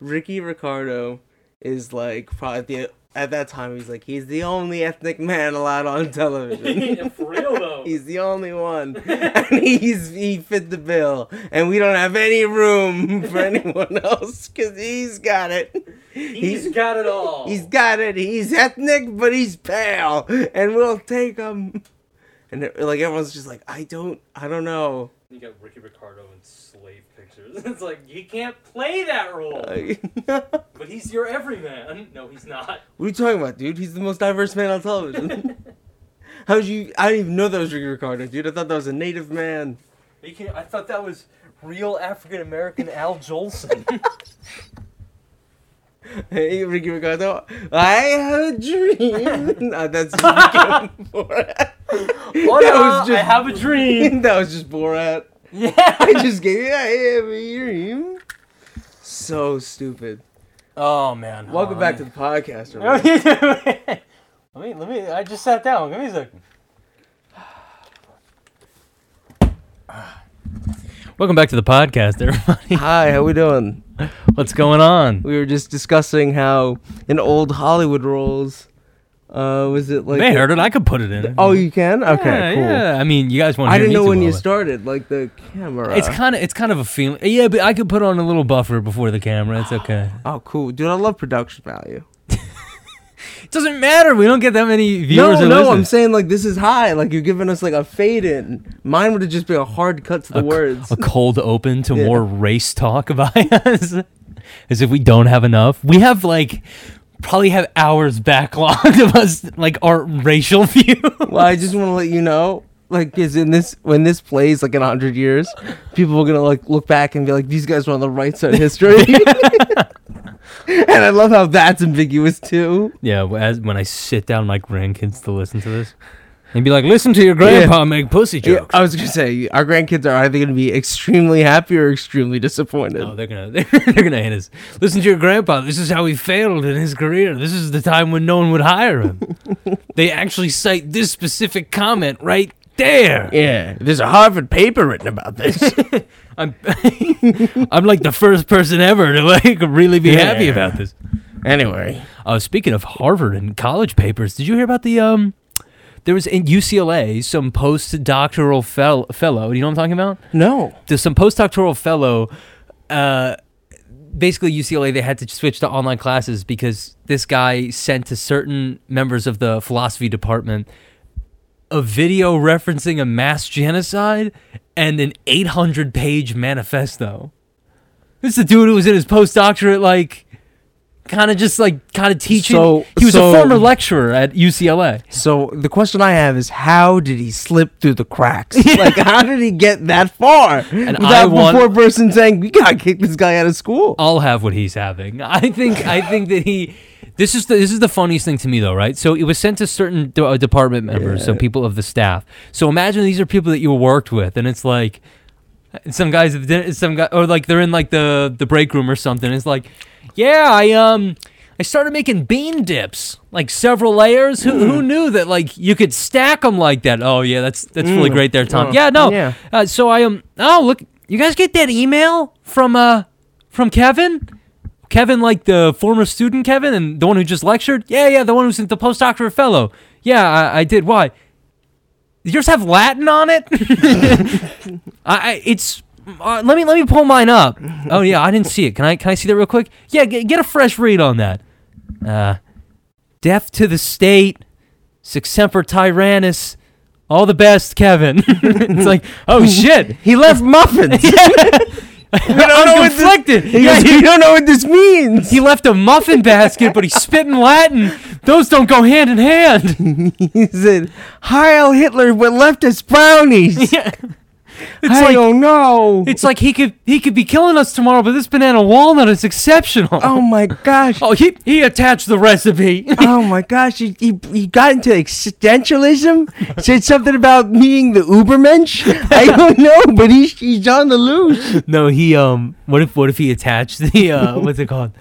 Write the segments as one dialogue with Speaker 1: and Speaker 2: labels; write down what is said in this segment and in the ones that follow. Speaker 1: Ricky Ricardo is like probably the at that time he's like he's the only ethnic man allowed on television.
Speaker 2: Yeah, for real though.
Speaker 1: he's the only one, and he's he fit the bill, and we don't have any room for anyone else because he's got it.
Speaker 2: he's got it all.
Speaker 1: He's got it. He's ethnic, but he's pale, and we'll take him. And it- like everyone's just like, I don't, I don't know.
Speaker 2: You got Ricky Ricardo in slave pictures. It's like he can't play that role.
Speaker 1: Like,
Speaker 2: but he's your everyman. No, he's not.
Speaker 1: What are you talking about, dude? He's the most diverse man on television. How'd you? I didn't even know that was Ricky Ricardo, dude. I thought that was a native man.
Speaker 2: Are you kidding? I thought that was real African American Al Jolson.
Speaker 1: Hey, Ricky Ricardo, I had a dream. Ah, that's Ricky Borat.
Speaker 2: Hola,
Speaker 1: was
Speaker 2: uh, I
Speaker 1: just-
Speaker 2: have a dream.
Speaker 1: that was just Borat.
Speaker 2: yeah.
Speaker 1: I just gave you. I have a dream. So stupid.
Speaker 2: Oh man. Hold
Speaker 1: Welcome
Speaker 2: on,
Speaker 1: back
Speaker 2: let
Speaker 1: to
Speaker 2: me-
Speaker 1: the podcast.
Speaker 2: No,
Speaker 1: everyone.
Speaker 2: you do it. let me, let me, I just sat down. Give me a second. Welcome back to the podcast, everybody.
Speaker 1: Hi, how we doing?
Speaker 2: What's going on?
Speaker 1: We were just discussing how in old Hollywood roles, uh, was it like?
Speaker 2: They heard it. I could put it in.
Speaker 1: Oh, you can. Okay,
Speaker 2: yeah,
Speaker 1: cool.
Speaker 2: yeah. I mean, you guys want.
Speaker 1: I didn't know when you started, like the camera.
Speaker 2: It's kind of, it's kind of a feeling. Yeah, but I could put on a little buffer before the camera. It's okay.
Speaker 1: oh, cool, dude. I love production value.
Speaker 2: It doesn't matter. We don't get that many viewers.
Speaker 1: no,
Speaker 2: or
Speaker 1: no,
Speaker 2: listeners.
Speaker 1: I'm saying like this is high. Like you're giving us like a fade in. Mine would have just been a hard cut to the
Speaker 2: a, c-
Speaker 1: words.
Speaker 2: a cold open to
Speaker 1: Yeah.
Speaker 2: more race talk about us as if we don't have enough we have like probably have hours backlogged of us like our racial view
Speaker 1: well, I just want to let you know, like, is in this when this plays like in hundred years, people are gonna like look back and be like, these guys were on the right side of history. and I love how that's ambiguous too.
Speaker 2: yeah w- as, when i sit down with my grandkids to listen to this and be like listen to your grandpa make pussy
Speaker 1: Yeah,
Speaker 2: jokes
Speaker 1: I was gonna say our grandkids are either gonna be extremely happy or extremely disappointed.
Speaker 2: No, they're gonna they're gonna hit us. Listen to your grandpa. This is how he failed in his career. This is the time when no one would hire him. they actually cite this specific comment right there.
Speaker 1: Yeah, there's a Harvard paper written about this.
Speaker 2: I'm I'm like the first person ever to like really be happy
Speaker 1: Yeah.
Speaker 2: about this.
Speaker 1: anyway,
Speaker 2: Uh, speaking of Harvard and college papers, did you hear about the um? There was in UCLA some postdoctoral fel- fellow. Do you know what I'm talking about?
Speaker 1: no.
Speaker 2: There's some postdoctoral fellow. Uh, basically, UCLA they had to switch to online classes because this guy sent to certain members of the philosophy department a video referencing a mass genocide and an 800 page manifesto. This is the dude who was in his postdoctorate, like, kind of just like kind of teaching.
Speaker 1: So-
Speaker 2: he was
Speaker 1: so-
Speaker 2: a former lecturer at UCLA.
Speaker 1: So the question I have is, how did he slip through the cracks? like, how did he get that far? And
Speaker 2: I
Speaker 1: Without
Speaker 2: want- Oh.
Speaker 1: before person saying, "We gotta kick this guy out of school."
Speaker 2: I'll have what he's having. I think I think that he. This is the this is the funniest thing to me though, right? So it was sent to certain de- uh, department members, so people of the staff. So imagine these are people that you worked with, and it's like some guys, at the dinner- some guy, or like they're in like the the break room or something. It's like, yeah, I um. I started making bean dips, like several layers. Who, who
Speaker 1: Mm.
Speaker 2: knew that like you could stack them like that? Oh yeah, that's that's really great there, Tom.
Speaker 1: Oh,
Speaker 2: yeah, no,
Speaker 1: yeah.
Speaker 2: uh, so I um oh look you guys get that email from uh from Kevin? Kevin like the former student Kevin and the one who just lectured? Yeah, yeah, the one who's the postdoctoral fellow. Yeah, I, I did. Why? Did yours have Latin on it? I, I it's uh, let me let me pull mine up. Oh yeah, I didn't see it. Can I can I see that real quick? Yeah, get, get a fresh read on that. Uh, deaf to the state, sexemper tyrannis. All the best, Kevin. it's like, oh shit,
Speaker 1: He left muffins. we don't know
Speaker 2: I'm
Speaker 1: what this.
Speaker 2: conflicted.
Speaker 1: He
Speaker 2: yeah,
Speaker 1: goes,
Speaker 2: he,
Speaker 1: we don't know what this means.
Speaker 2: he left a muffin basket, but he spit in Latin. Those don't go hand in hand.
Speaker 1: He said, "Heil Hitler, but left us brownies."
Speaker 2: yeah. It's
Speaker 1: I
Speaker 2: like
Speaker 1: don't know.
Speaker 2: it's like he could he could be killing us tomorrow, but this banana walnut is exceptional.
Speaker 1: oh my gosh.
Speaker 2: Oh, he he attached the recipe.
Speaker 1: oh my gosh, he, he, he got into existentialism. Said something about meeting the Ubermensch. I don't know, but he's, he's on the loose.
Speaker 2: no, he um. What if what if he attached the uh? what's it called?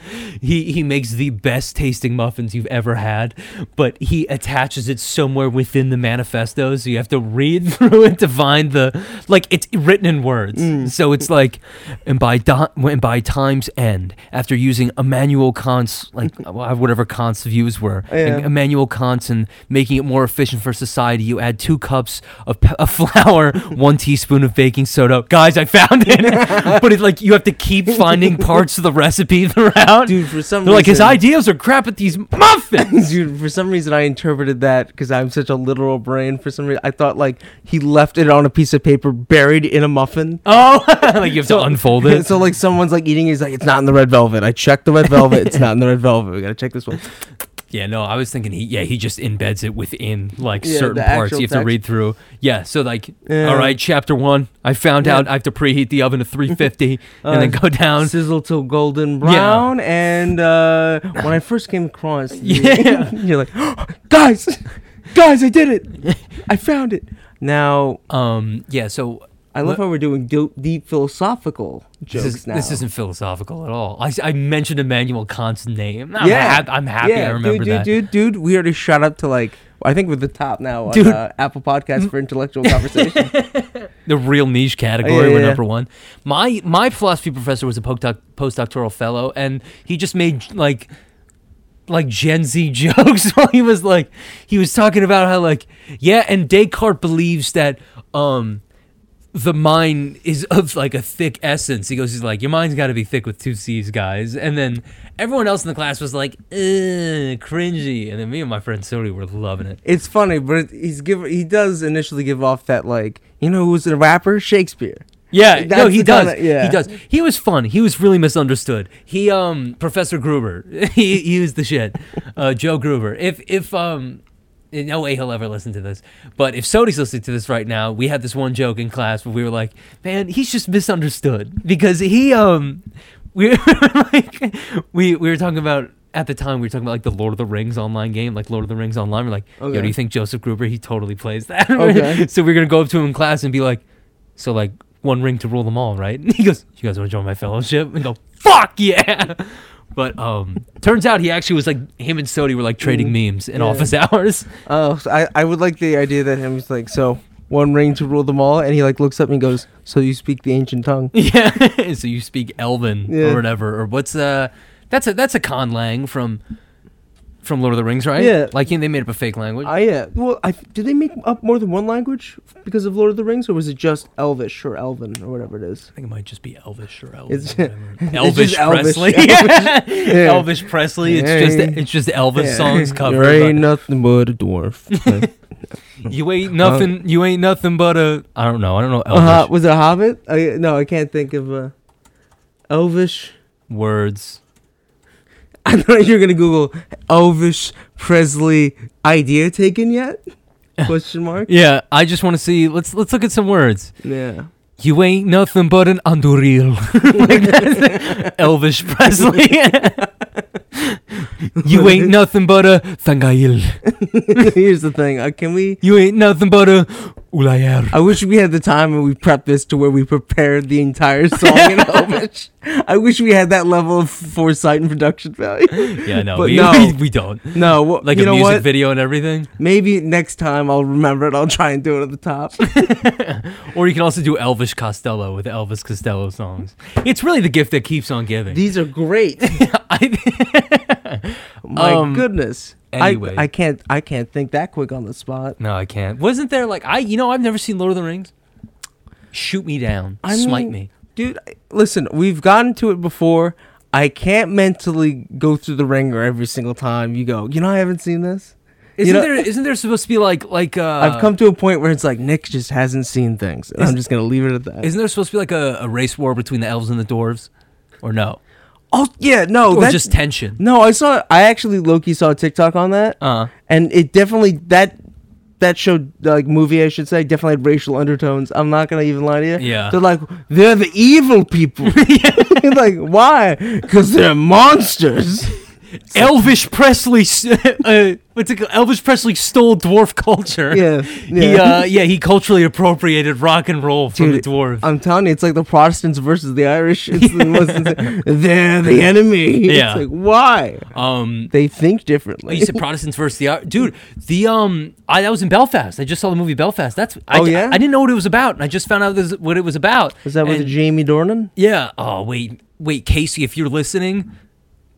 Speaker 2: He he makes the best tasting muffins you've ever had, but he attaches it somewhere within the manifesto, so you have to read through it to find the like like it's written in words. So it's like, and by di- and by time's end, after using Immanuel Kant's like uh, whatever Kant's views were,
Speaker 1: Yeah.
Speaker 2: and Immanuel Kant's and making it more efficient for society, you add two cups of, pe- of flour, one teaspoon of baking soda. Guys, I found it. but it's like you have to keep finding parts of the recipe throughout.
Speaker 1: Dude, for some
Speaker 2: They're like his
Speaker 1: reason-
Speaker 2: ideas are crap at these muffins.
Speaker 1: Dude, for some reason I interpreted that because I'm such a literal brain. For some reason, I thought like he left it on a piece of paper buried in a muffin.
Speaker 2: Oh, like you have to unfold it.
Speaker 1: so like someone's like eating, he's like, it's not in the red velvet. I checked the red velvet. It's not in the red velvet. We gotta check this one.
Speaker 2: Yeah, no, I was thinking he yeah, he just embeds it within like
Speaker 1: Yeah,
Speaker 2: certain
Speaker 1: the
Speaker 2: parts you
Speaker 1: actual
Speaker 2: have to
Speaker 1: text.
Speaker 2: read through. Yeah, so like
Speaker 1: Yeah.
Speaker 2: all right, chapter 1, I found
Speaker 1: Yeah.
Speaker 2: out I have to preheat the oven to 350 and then
Speaker 1: Uh,
Speaker 2: go down.
Speaker 1: Sizzle till golden brown. And uh, when I first came across, the-
Speaker 2: Yeah.
Speaker 1: you're like, guys, guys, I did it. I found it. Now
Speaker 2: Um yeah, so
Speaker 1: I love how we're doing do- deep philosophical jokes
Speaker 2: this, is,
Speaker 1: now.
Speaker 2: this isn't philosophical at all. I, s- I mentioned Immanuel Kant's name. I'm
Speaker 1: yeah,
Speaker 2: hap- I'm happy
Speaker 1: Yeah,
Speaker 2: I remember
Speaker 1: dude,
Speaker 2: that.
Speaker 1: Dude, dude, dude, we already shot up to like I think we're the top now on
Speaker 2: Dude.
Speaker 1: Uh, Apple Podcasts for intellectual conversation.
Speaker 2: The real niche category,
Speaker 1: yeah,
Speaker 2: we're
Speaker 1: yeah.
Speaker 2: number one. My my philosophy professor was a postdoc- postdoctoral fellow, and he just made like like Gen Z jokes while he was like he was talking about how like yeah, and Descartes believes that um the mind is of like a thick essence. He goes, he's like, your mind's got to be thick with two C's, guys. And then everyone else in the class was like, "Ugh, cringy. And then me and my friend Sodi were loving it.
Speaker 1: it's funny, but it, he's give he does initially give off that like you know who's a rapper Shakespeare.
Speaker 2: Yeah, no,
Speaker 1: That's
Speaker 2: he
Speaker 1: the
Speaker 2: does.
Speaker 1: kinda- yeah.
Speaker 2: He does. He was fun. He was really misunderstood. He, um, Professor Gruber. he, he was the shit. Uh, Joe Gruber. If, if, um, in no way he'll ever listen to this. But if Sodi's listening to this right now, we had this one joke in class where we were like, man, he's just misunderstood because he, um, we, like, we, we were talking about, at the time, we were talking about like the Lord of the Rings online game, like Lord of the Rings online. We're like, yo,
Speaker 1: Okay.
Speaker 2: do you think Joseph Gruber? He totally plays that.
Speaker 1: Okay.
Speaker 2: so we're gonna go up to him in class and be like, so like one ring to rule them all, right? And he goes, You guys wanna join my fellowship? And go, Fuck yeah. But um turns out he actually was like him and Sodi were like trading memes in
Speaker 1: Mm. yeah.
Speaker 2: office hours.
Speaker 1: Oh, so I I would like the idea that him's like so one ring to rule them all, and he like looks up and goes, so you speak the ancient tongue.
Speaker 2: yeah. so you speak Elven
Speaker 1: Yeah.
Speaker 2: or whatever, or what's uh that's a that's a conlang from from Lord of the Rings, right?
Speaker 1: Yeah.
Speaker 2: Like you know, they made up a fake language.
Speaker 1: I yeah. Well, I did they make up more than one language because of Lord of the Rings, or was it just Elvish or Elven or whatever it is?
Speaker 2: I think it might just be Elvish or Elvis.
Speaker 1: It's-
Speaker 2: Elvis
Speaker 1: just Elvis.
Speaker 2: Presley.
Speaker 1: Elvis.
Speaker 2: Yeah. Elvis Presley. It's just
Speaker 1: Yeah.
Speaker 2: it's just Elvis
Speaker 1: Yeah.
Speaker 2: songs covered.
Speaker 1: There
Speaker 2: by-
Speaker 1: ain't nothing but a dwarf.
Speaker 2: You ain't nothing. You ain't nothing but a. Uh-huh. I don't know. I don't know Elvish
Speaker 1: Uh, was it a Hobbit? I, no, I can't think of uh, Elvish.
Speaker 2: words.
Speaker 1: I know you're gonna Google Elvish Presley idea taken yet? Question mark.
Speaker 2: Yeah, I just want to see. Let's let's look at some words.
Speaker 1: Yeah.
Speaker 2: You ain't nothing but an anduril. like that's Elvish Presley. you ain't nothing but a thangail.
Speaker 1: Here's the thing. Uh, can we?
Speaker 2: You ain't nothing but a ulayar.
Speaker 1: I wish we had the time and we prepped this to where we prepared the entire song in Elvish. I wish we had that level of foresight and production value.
Speaker 2: Yeah, no,
Speaker 1: But
Speaker 2: we,
Speaker 1: no.
Speaker 2: we we don't.
Speaker 1: No, wha-
Speaker 2: Like
Speaker 1: you
Speaker 2: a
Speaker 1: know
Speaker 2: music
Speaker 1: what?
Speaker 2: video and everything.
Speaker 1: Maybe next time I'll remember it. I'll try and do it at the top.
Speaker 2: Or you can also do Elvis Costello with Elvis Costello songs. It's really the gift that keeps on giving.
Speaker 1: These are great.
Speaker 2: I-
Speaker 1: My
Speaker 2: Um,
Speaker 1: goodness.
Speaker 2: anyway.
Speaker 1: I, I can't I can't think that quick on the spot.
Speaker 2: No, I can't. Wasn't there like I? You know, I've never seen Lord of the Rings. Shoot me down.
Speaker 1: I
Speaker 2: Smite
Speaker 1: mean-
Speaker 2: me.
Speaker 1: Dude, I- listen, we've gotten to it before. I can't mentally go through the ringer every single time you go, you know I haven't seen this. You
Speaker 2: Isn't
Speaker 1: know-
Speaker 2: there? Isn't there supposed to be like like? Uh,
Speaker 1: I've come to a point where it's like Nick just hasn't seen things. And I'm just gonna leave it at that.
Speaker 2: Isn't there supposed to be like a, a race war between the elves and the dwarves, or no,
Speaker 1: oh yeah, no,
Speaker 2: or
Speaker 1: that's
Speaker 2: just tension?
Speaker 1: No, I saw I actually Loki saw a TikTok on that.
Speaker 2: Uh,
Speaker 1: and it definitely that that show like movie I should say definitely had racial undertones. I'm not gonna even lie to you.
Speaker 2: Yeah.
Speaker 1: they're like they're the evil people. like why? Because they're monsters.
Speaker 2: Elvis Presley. s- Uh, what's it called? Elvis Presley stole dwarf culture.
Speaker 1: Yeah,
Speaker 2: He,
Speaker 1: yeah.
Speaker 2: uh, yeah, he culturally appropriated rock and roll from
Speaker 1: Dude,
Speaker 2: the dwarves.
Speaker 1: I'm telling you, it's like the Protestants versus the Irish. It's the most insane- They're the enemy.
Speaker 2: Yeah.
Speaker 1: It's like, why?
Speaker 2: um,
Speaker 1: They think differently.
Speaker 2: you said Protestants versus the Ar- dude. The um, I that was in Belfast. I just saw the movie Belfast. That's I,
Speaker 1: Oh, yeah?
Speaker 2: I, didn't know what it was about, and I just found out this, what it was about.
Speaker 1: Is that with
Speaker 2: And-
Speaker 1: Jamie Dornan?
Speaker 2: Yeah. Oh wait, wait, Casey, if you're listening,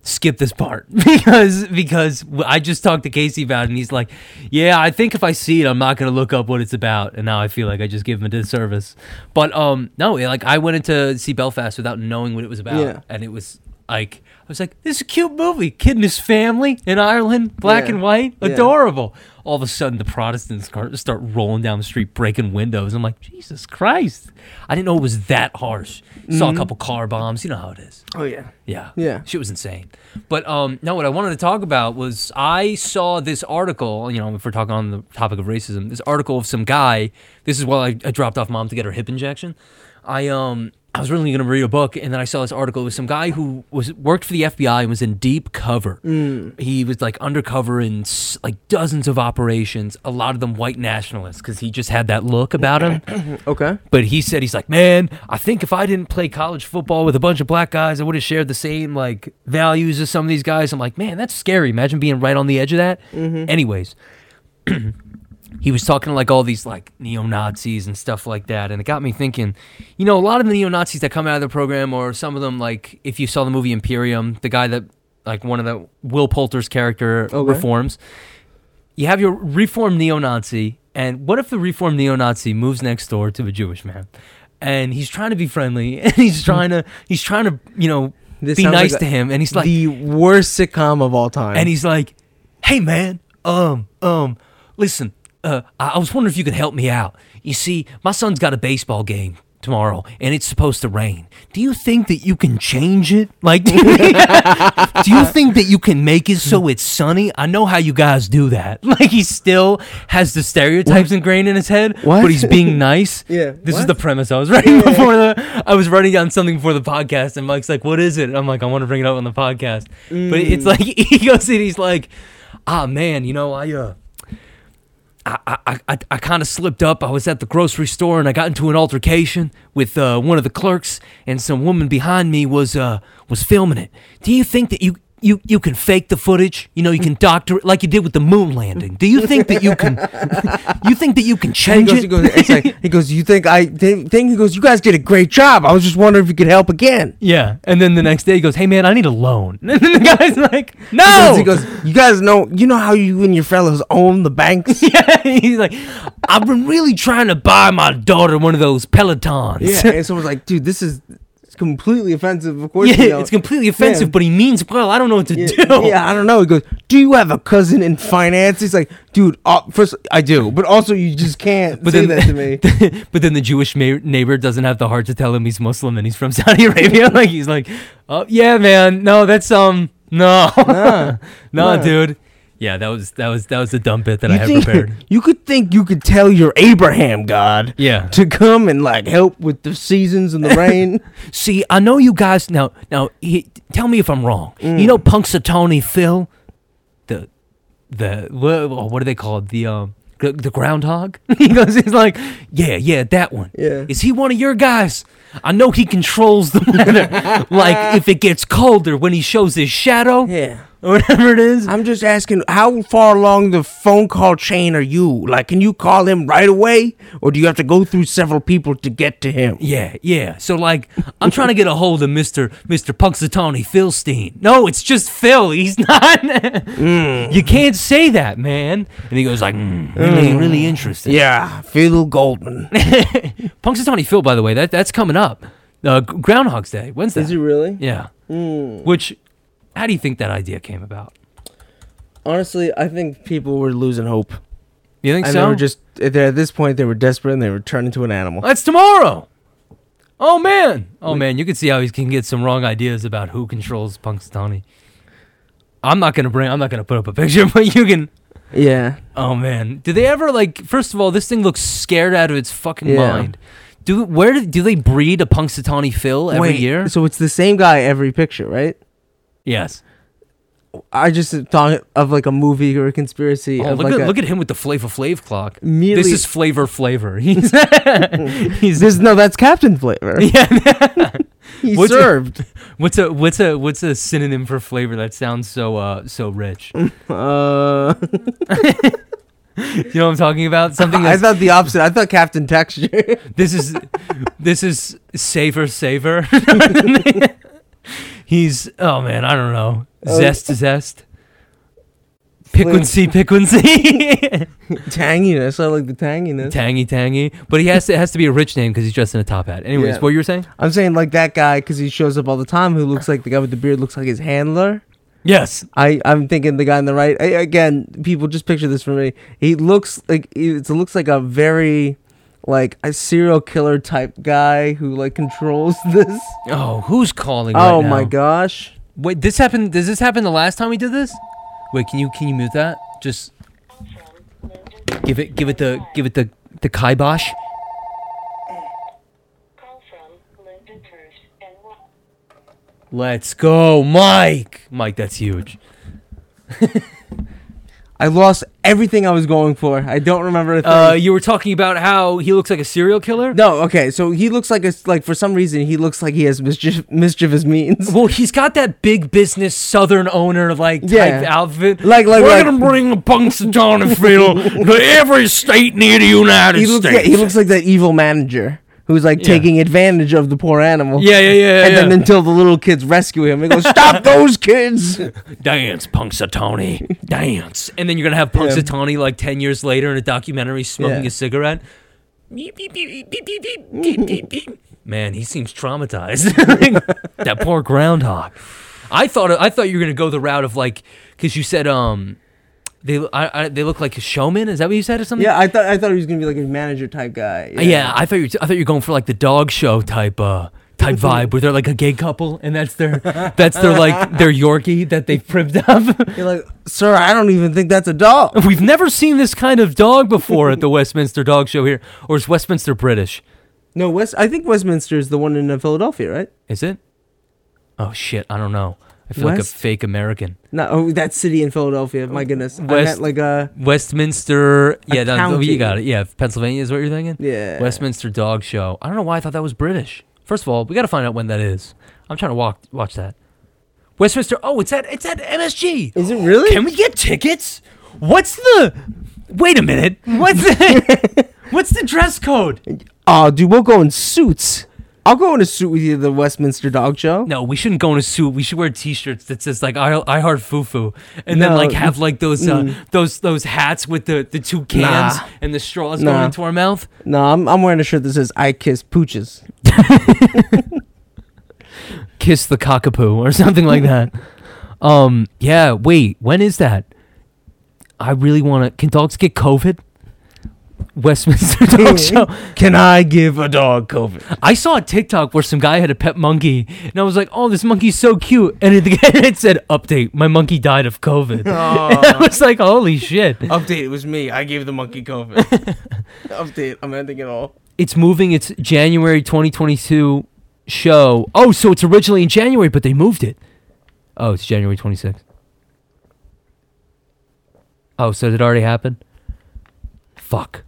Speaker 2: skip this part because because I just talked to Casey about it, and he's like, "Yeah, I think if I see it, I'm not gonna look up what it's about." And now I feel like I just give him a disservice. But um, no, yeah, like I went into see Belfast without knowing what it was about,
Speaker 1: Yeah.
Speaker 2: and it was like. I was like, "This is a cute movie. Kid and his family in Ireland, black
Speaker 1: Yeah.
Speaker 2: and white,
Speaker 1: Yeah.
Speaker 2: adorable." All of a sudden, the Protestants car- start rolling down the street, breaking windows. I'm like, "Jesus Christ!" I didn't know it was that harsh. Saw a couple car bombs. You know how it is.
Speaker 1: Oh yeah.
Speaker 2: Yeah.
Speaker 1: Yeah.
Speaker 2: Shit was insane. But um, no, what I wanted to talk about was I saw this article, you know, if we're talking on the topic of racism, this article of some guy. This is while I, I dropped off mom to get her hip injection. I um I was really gonna read a book and then I saw this article. It was some guy who was worked for the FBI and was in deep cover. He was like undercover in s- like dozens of operations, a lot of them white nationalists, because he just had that look about him.
Speaker 1: Okay.
Speaker 2: But he said he's like, man, I think if I didn't play college football with a bunch of black guys, I would have shared the same like values as some of these guys. I'm like, man, that's scary. Imagine being right on the edge of that. Anyways, he was talking to like all these like neo Nazis and stuff like that, and it got me thinking. You know, a lot of the neo Nazis that come out of the program, or some of them, like if you saw the movie Imperium, the guy that like one of the Will Poulter's character
Speaker 1: Okay.
Speaker 2: reforms. You have your reformed neo Nazi, and what if the reformed neo Nazi moves next door to a Jewish man, and he's trying to be friendly, and he's trying to he's trying to you know
Speaker 1: This
Speaker 2: be
Speaker 1: sounds
Speaker 2: nice
Speaker 1: like
Speaker 2: to him, and he's like
Speaker 1: the worst sitcom of all time.
Speaker 2: and he's like, "Hey man, um, um, listen, uh, I-, I was wondering if you could help me out. You see, my son's got a baseball game tomorrow, and it's supposed to rain. Do you think that you can change it? Like, do you, do you think that you can make it so it's sunny? I know how you guys do that. Like, he still has the stereotypes ingrained in his head,
Speaker 1: What?
Speaker 2: but he's being nice.
Speaker 1: Yeah,
Speaker 2: this is
Speaker 1: what?
Speaker 2: the premise I was writing before the. I was writing down something before the podcast, and Mike's like, "What is it?" And I'm like, "I want to bring it up on the podcast," but it's
Speaker 1: Mm.
Speaker 2: like he goes in, he's like, "Ah, man, you know, I uh." I, I, I, I kind of slipped up. I was at the grocery store and I got into an altercation with uh, one of the clerks, and some woman behind me was uh, was filming it. Do you think that you, you you can fake the footage? You know, you can doctor it like you did with the moon landing. Do you think that you can? you think that you can
Speaker 1: he
Speaker 2: change
Speaker 1: goes,
Speaker 2: it?
Speaker 1: he goes, it's like, he goes, you think I think think-" he goes, you guys did a great job. I was just wondering if you could help again.
Speaker 2: Yeah. And then the next day he goes, Hey man, I need a loan. And then the guy's like, No.
Speaker 1: Because He goes, you guys know, you know how you and your fellas own the banks.
Speaker 2: yeah. He's like, I've been really trying to buy my daughter one of those Pelotons.
Speaker 1: yeah, and someone's like, dude, this is it's completely offensive. Of course,
Speaker 2: Yeah,
Speaker 1: you know.
Speaker 2: it's completely offensive, but he means well. I don't know what to
Speaker 1: Yeah,
Speaker 2: do.
Speaker 1: yeah, I don't know. He goes, "Do you have a cousin in finance?" He's like, "Dude, uh, first I do, but also you just can't
Speaker 2: But
Speaker 1: say
Speaker 2: then-
Speaker 1: that to me."
Speaker 2: but then the Jewish ma- neighbor doesn't have the heart to tell him he's Muslim and he's from Saudi Arabia. like he's like, oh yeah, man, no, that's um, no, no,
Speaker 1: nah.
Speaker 2: dude. Yeah, that was that was that was a dumb bit that I had
Speaker 1: think-
Speaker 2: prepared.
Speaker 1: you could think you could tell your Abraham God
Speaker 2: Yeah.
Speaker 1: to come and like help with the seasons and the rain.
Speaker 2: See, I know you guys now. Now, he, tell me if I'm wrong. You
Speaker 1: Mm.
Speaker 2: know, Punxsutawney Phil, the the what, what are they called? The um the, the groundhog. he goes, he's like, yeah, yeah, that one.
Speaker 1: Yeah.
Speaker 2: is he one of your guys? I know he controls the weather. like if it gets colder, when he shows his shadow,
Speaker 1: yeah.
Speaker 2: or whatever it is.
Speaker 1: I'm just asking, how far along the phone call chain are you? Like, can you call him right away, or do you have to go through several people to get to him?
Speaker 2: Yeah, yeah. So like, I'm trying to get a hold of Mister Mister Punxsutawney Philstein. No, it's just Phil. He's not.
Speaker 1: Mm.
Speaker 2: You can't say that, man. And he goes like, "Mm, really, really interesting.
Speaker 1: Yeah, Phil Goldman.
Speaker 2: Punxsutawney Phil, by the way, that that's coming up. Uh, G- Groundhog's Day. When's that?
Speaker 1: really? Mm.
Speaker 2: yeah. Which, how do you think that idea came about?
Speaker 1: Honestly, I think people were losing hope.
Speaker 2: You think
Speaker 1: And
Speaker 2: so?
Speaker 1: they were just they at this point they were desperate and they were turned into an animal.
Speaker 2: That's tomorrow. Oh man. Oh man, you can see how he can get some wrong ideas about who controls Punxsutawney. I'm not gonna bring. I'm not gonna put up a picture, but you can.
Speaker 1: Yeah.
Speaker 2: Oh man, do they ever like? First of all, this thing looks scared out of its fucking
Speaker 1: Yeah.
Speaker 2: mind. Do where do, do they breed a Punxsutawney Phil every year?
Speaker 1: So it's the same guy every picture, right?
Speaker 2: Yes.
Speaker 1: I just thought of like a movie or a conspiracy.
Speaker 2: Oh,
Speaker 1: of
Speaker 2: look,
Speaker 1: uh, like
Speaker 2: at,
Speaker 1: a-
Speaker 2: look at him with the Flavor Flav clock. This
Speaker 1: Immediately-
Speaker 2: is Flavor Flavor. He's, he's
Speaker 1: There's no, that's Captain Flavor.
Speaker 2: yeah.
Speaker 1: He
Speaker 2: What's-
Speaker 1: served.
Speaker 2: what's a what's a what's a synonym for flavor that sounds so uh so rich? You
Speaker 1: Uh,
Speaker 2: know what I'm talking about? Something
Speaker 1: I
Speaker 2: that's,
Speaker 1: thought the opposite. I thought Captain Texture.
Speaker 2: this is this is savor savor. He's oh man, I don't know.
Speaker 1: Oh.
Speaker 2: Zest zest.
Speaker 1: Flav-
Speaker 2: Piquancy, piquancy,
Speaker 1: tanginess. I like the tanginess.
Speaker 2: tangy, tangy. But he has to, it has to be a rich name because he's dressed in a top hat. Anyways,
Speaker 1: Yeah.
Speaker 2: what you were saying?
Speaker 1: I'm saying like that guy because he shows up all the time. Who looks like the guy with the beard looks like his handler.
Speaker 2: Yes,
Speaker 1: I I'm thinking the guy on the right. I, again, people just picture this for me. He looks like it looks like a very like a serial killer type guy who like controls this.
Speaker 2: Oh, who's calling?
Speaker 1: oh
Speaker 2: right now?
Speaker 1: my gosh.
Speaker 2: Wait, this happened. Does this happen the last time we did this? Wait, can you can you mute that? Just give it give it the give it the the kibosh.
Speaker 3: Call from Linda Kirsch and Wa-
Speaker 2: Let's go, Mike. Mike, that's huge.
Speaker 1: I lost everything I was going for. I don't remember a thing.
Speaker 2: Uh, you were talking about how he looks like a serial killer.
Speaker 1: no, okay. So he looks like a like for some reason he looks like he has mischief, mischievous means.
Speaker 2: Well, he's got that big business Southern owner like
Speaker 1: Yeah.
Speaker 2: type outfit.
Speaker 1: Like- like-
Speaker 2: we're
Speaker 1: like-
Speaker 2: gonna bring the punks of Donnerfield to every state near the United
Speaker 1: He looks
Speaker 2: States.
Speaker 1: yeah, he looks like that evil manager who's like taking advantage of the poor animal.
Speaker 2: yeah, yeah, yeah.
Speaker 1: And
Speaker 2: yeah.
Speaker 1: then until the little kids rescue him, he goes, "Stop those kids!"
Speaker 2: dance punxsutawney dance and then you're gonna have punxsutawney like 10 years later in a documentary smoking
Speaker 1: Yeah.
Speaker 2: a cigarette Beep, beep, beep, beep, beep, beep, beep, beep, beep. man he seems traumatized that poor groundhog i thought i thought you were gonna go the route of like because you said um they I, I, they look like a showman is that what you said or something
Speaker 1: Yeah, I thought I thought he was gonna be like a manager type guy.
Speaker 2: Uh, yeah, i thought you i thought you were going for like the dog show type uh type vibe where they're like a gay couple and that's their that's their like their yorkie that they pribbed up
Speaker 1: You're like, sir, I don't even think that's a dog.
Speaker 2: We've never seen this kind of dog before at the Westminster Dog Show here. Or is Westminster British?
Speaker 1: No, West. I think Westminster is the one in uh, Philadelphia, right?
Speaker 2: Is it? Oh shit, I don't know. I feel like a
Speaker 1: West?
Speaker 2: fake American.
Speaker 1: No, oh, that city in Philadelphia. My goodness, I
Speaker 2: West-
Speaker 1: meant like uh, a
Speaker 2: Westminster, yeah, that, oh,
Speaker 1: county.
Speaker 2: you got it. Yeah, Pennsylvania is what you're thinking.
Speaker 1: Yeah.
Speaker 2: Westminster Dog Show. I don't know why I thought that was British. First of all, we got to find out when that is. I'm trying to walk watch that. Westminster. Oh, it's at it's at MSG.
Speaker 1: Is it really?
Speaker 2: Can we get tickets? What's the? Wait a minute. What's the? what's the dress code?
Speaker 1: oh, dude, we'll go in suits. I'll go in a suit with you to the Westminster Dog Show.
Speaker 2: No, we shouldn't go in a suit. We should wear T-shirts that says like I, I heart fufu, and then
Speaker 1: No, Mm.
Speaker 2: like have like those uh, those those hats with the the two cans
Speaker 1: Nah.
Speaker 2: and the straws
Speaker 1: Nah.
Speaker 2: going into our mouth.
Speaker 1: No, I'm, I'm wearing a shirt that says "I kiss pooches."
Speaker 2: Kiss the cockapoo or something like that. um, yeah. Wait, when is that? I really want to. Can dogs get COVID? Westminster Dog Show.
Speaker 1: Can I give a dog COVID?
Speaker 2: I saw a TikTok where some guy had a pet monkey, and I was like, "Oh, this monkey's so cute!" And it, it said, "Update: My monkey died of COVID." And I was like, "Holy shit!"
Speaker 1: Update. It was me. I gave the monkey COVID. Update. I'm ending it all.
Speaker 2: it's moving its January 2022 show. Oh, so it's originally in January, but they moved it. Oh, it's January 26th. Oh, so did it already happen? Fuck.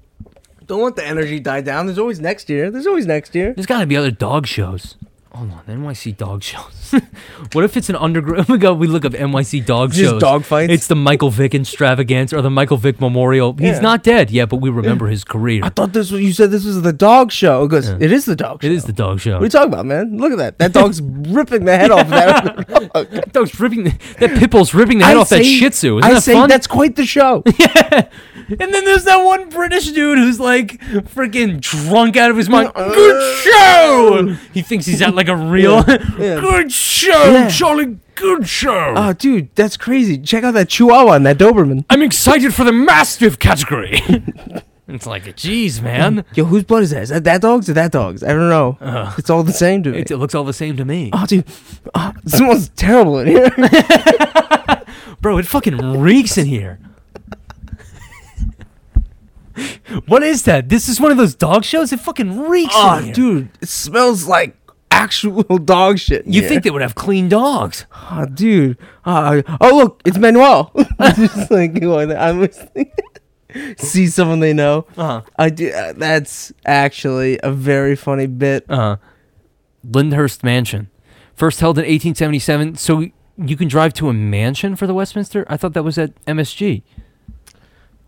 Speaker 1: Don't let the energy die down. There's always next year. There's always next year.
Speaker 2: There's got to be other dog shows. Hold on, NYC dog shows. what if it's an underground? We go, we look up NYC dog
Speaker 1: Just
Speaker 2: shows.
Speaker 1: dog fights?
Speaker 2: It's the Michael Vick extravaganza or the Michael Vick memorial. He's
Speaker 1: Yeah.
Speaker 2: not dead yet, but we remember his career.
Speaker 1: I thought this was you said this was the dog show. It goes, it is the dog show.
Speaker 2: It is the dog show.
Speaker 1: What are you talking about, man? Look at that. That dog's ripping the head off that other dog.
Speaker 2: That dog's ripping the, that pit bull's ripping the head
Speaker 1: I
Speaker 2: off that
Speaker 1: say-
Speaker 2: Shih Tzu. Isn't
Speaker 1: I
Speaker 2: that
Speaker 1: say
Speaker 2: fun?
Speaker 1: that's quite the show.
Speaker 2: and then there's that one British dude who's like freaking drunk out of his mind.
Speaker 1: Uh,
Speaker 2: Good show. He thinks he's at like a real
Speaker 1: yeah.
Speaker 2: good show,
Speaker 1: Yeah.
Speaker 2: Charlie. Good show.
Speaker 1: oh, dude, that's crazy. Check out that Chihuahua and that Doberman.
Speaker 2: I'm excited for the mastiff category. it's like, geez, man,
Speaker 1: Yo, whose blood is that? Is that that dog's or that dog's? I don't know.
Speaker 2: Uh.
Speaker 1: it's all the same to me.
Speaker 2: it, it looks all the same to me,
Speaker 1: Oh, dude, oh, it smells terrible in here.
Speaker 2: bro. It fucking reeks in here. What is that? This is one of those dog shows. It fucking reeks. in
Speaker 1: oh,
Speaker 2: here.
Speaker 1: dude, it smells like actual dog shit. in
Speaker 2: You
Speaker 1: here.
Speaker 2: think they would have clean dogs?
Speaker 1: oh, dude. Ah, oh, look, it's Manuel. Just like going, I was see someone they know.
Speaker 2: Uh-huh.
Speaker 1: I do. Uh, that's actually a very funny bit.
Speaker 2: Uh, Lyndhurst Mansion, first held in 1877. So you can drive to a mansion for the Westminster. I thought that was at MSG.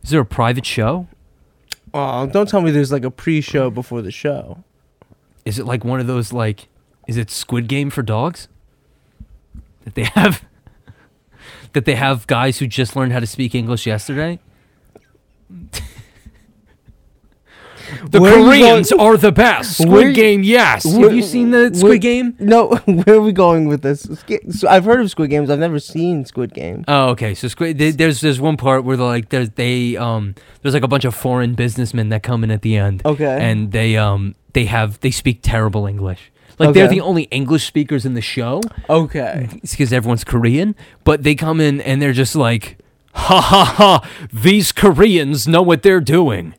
Speaker 2: Is there a private show?
Speaker 1: Oh, don't tell me there's like a pre-show before the show.
Speaker 2: Is it like one of those like? Is it Squid Game for dogs? That they have. that they have guys who just learned how to speak English yesterday. The
Speaker 1: Where are you
Speaker 2: Koreans
Speaker 1: going-
Speaker 2: are the best. Squid
Speaker 1: Where-
Speaker 2: Game, yes.
Speaker 1: Where-
Speaker 2: have you seen the Squid
Speaker 1: where-
Speaker 2: Game?
Speaker 1: No, where are we going with this? Sk- So I've heard of Squid Games. I've never seen Squid Game.
Speaker 2: Oh, okay. So Squid, there- there's there's one part where they're like there's they um there's like a bunch of foreign businessmen that come in at the end.
Speaker 1: Okay.
Speaker 2: And they um they have they speak terrible English. Like they're
Speaker 1: Okay.
Speaker 2: the only English speakers in the show
Speaker 1: Okay.
Speaker 2: because everyone's Korean. But they come in and they're just like, ha ha ha! These Koreans know what they're doing.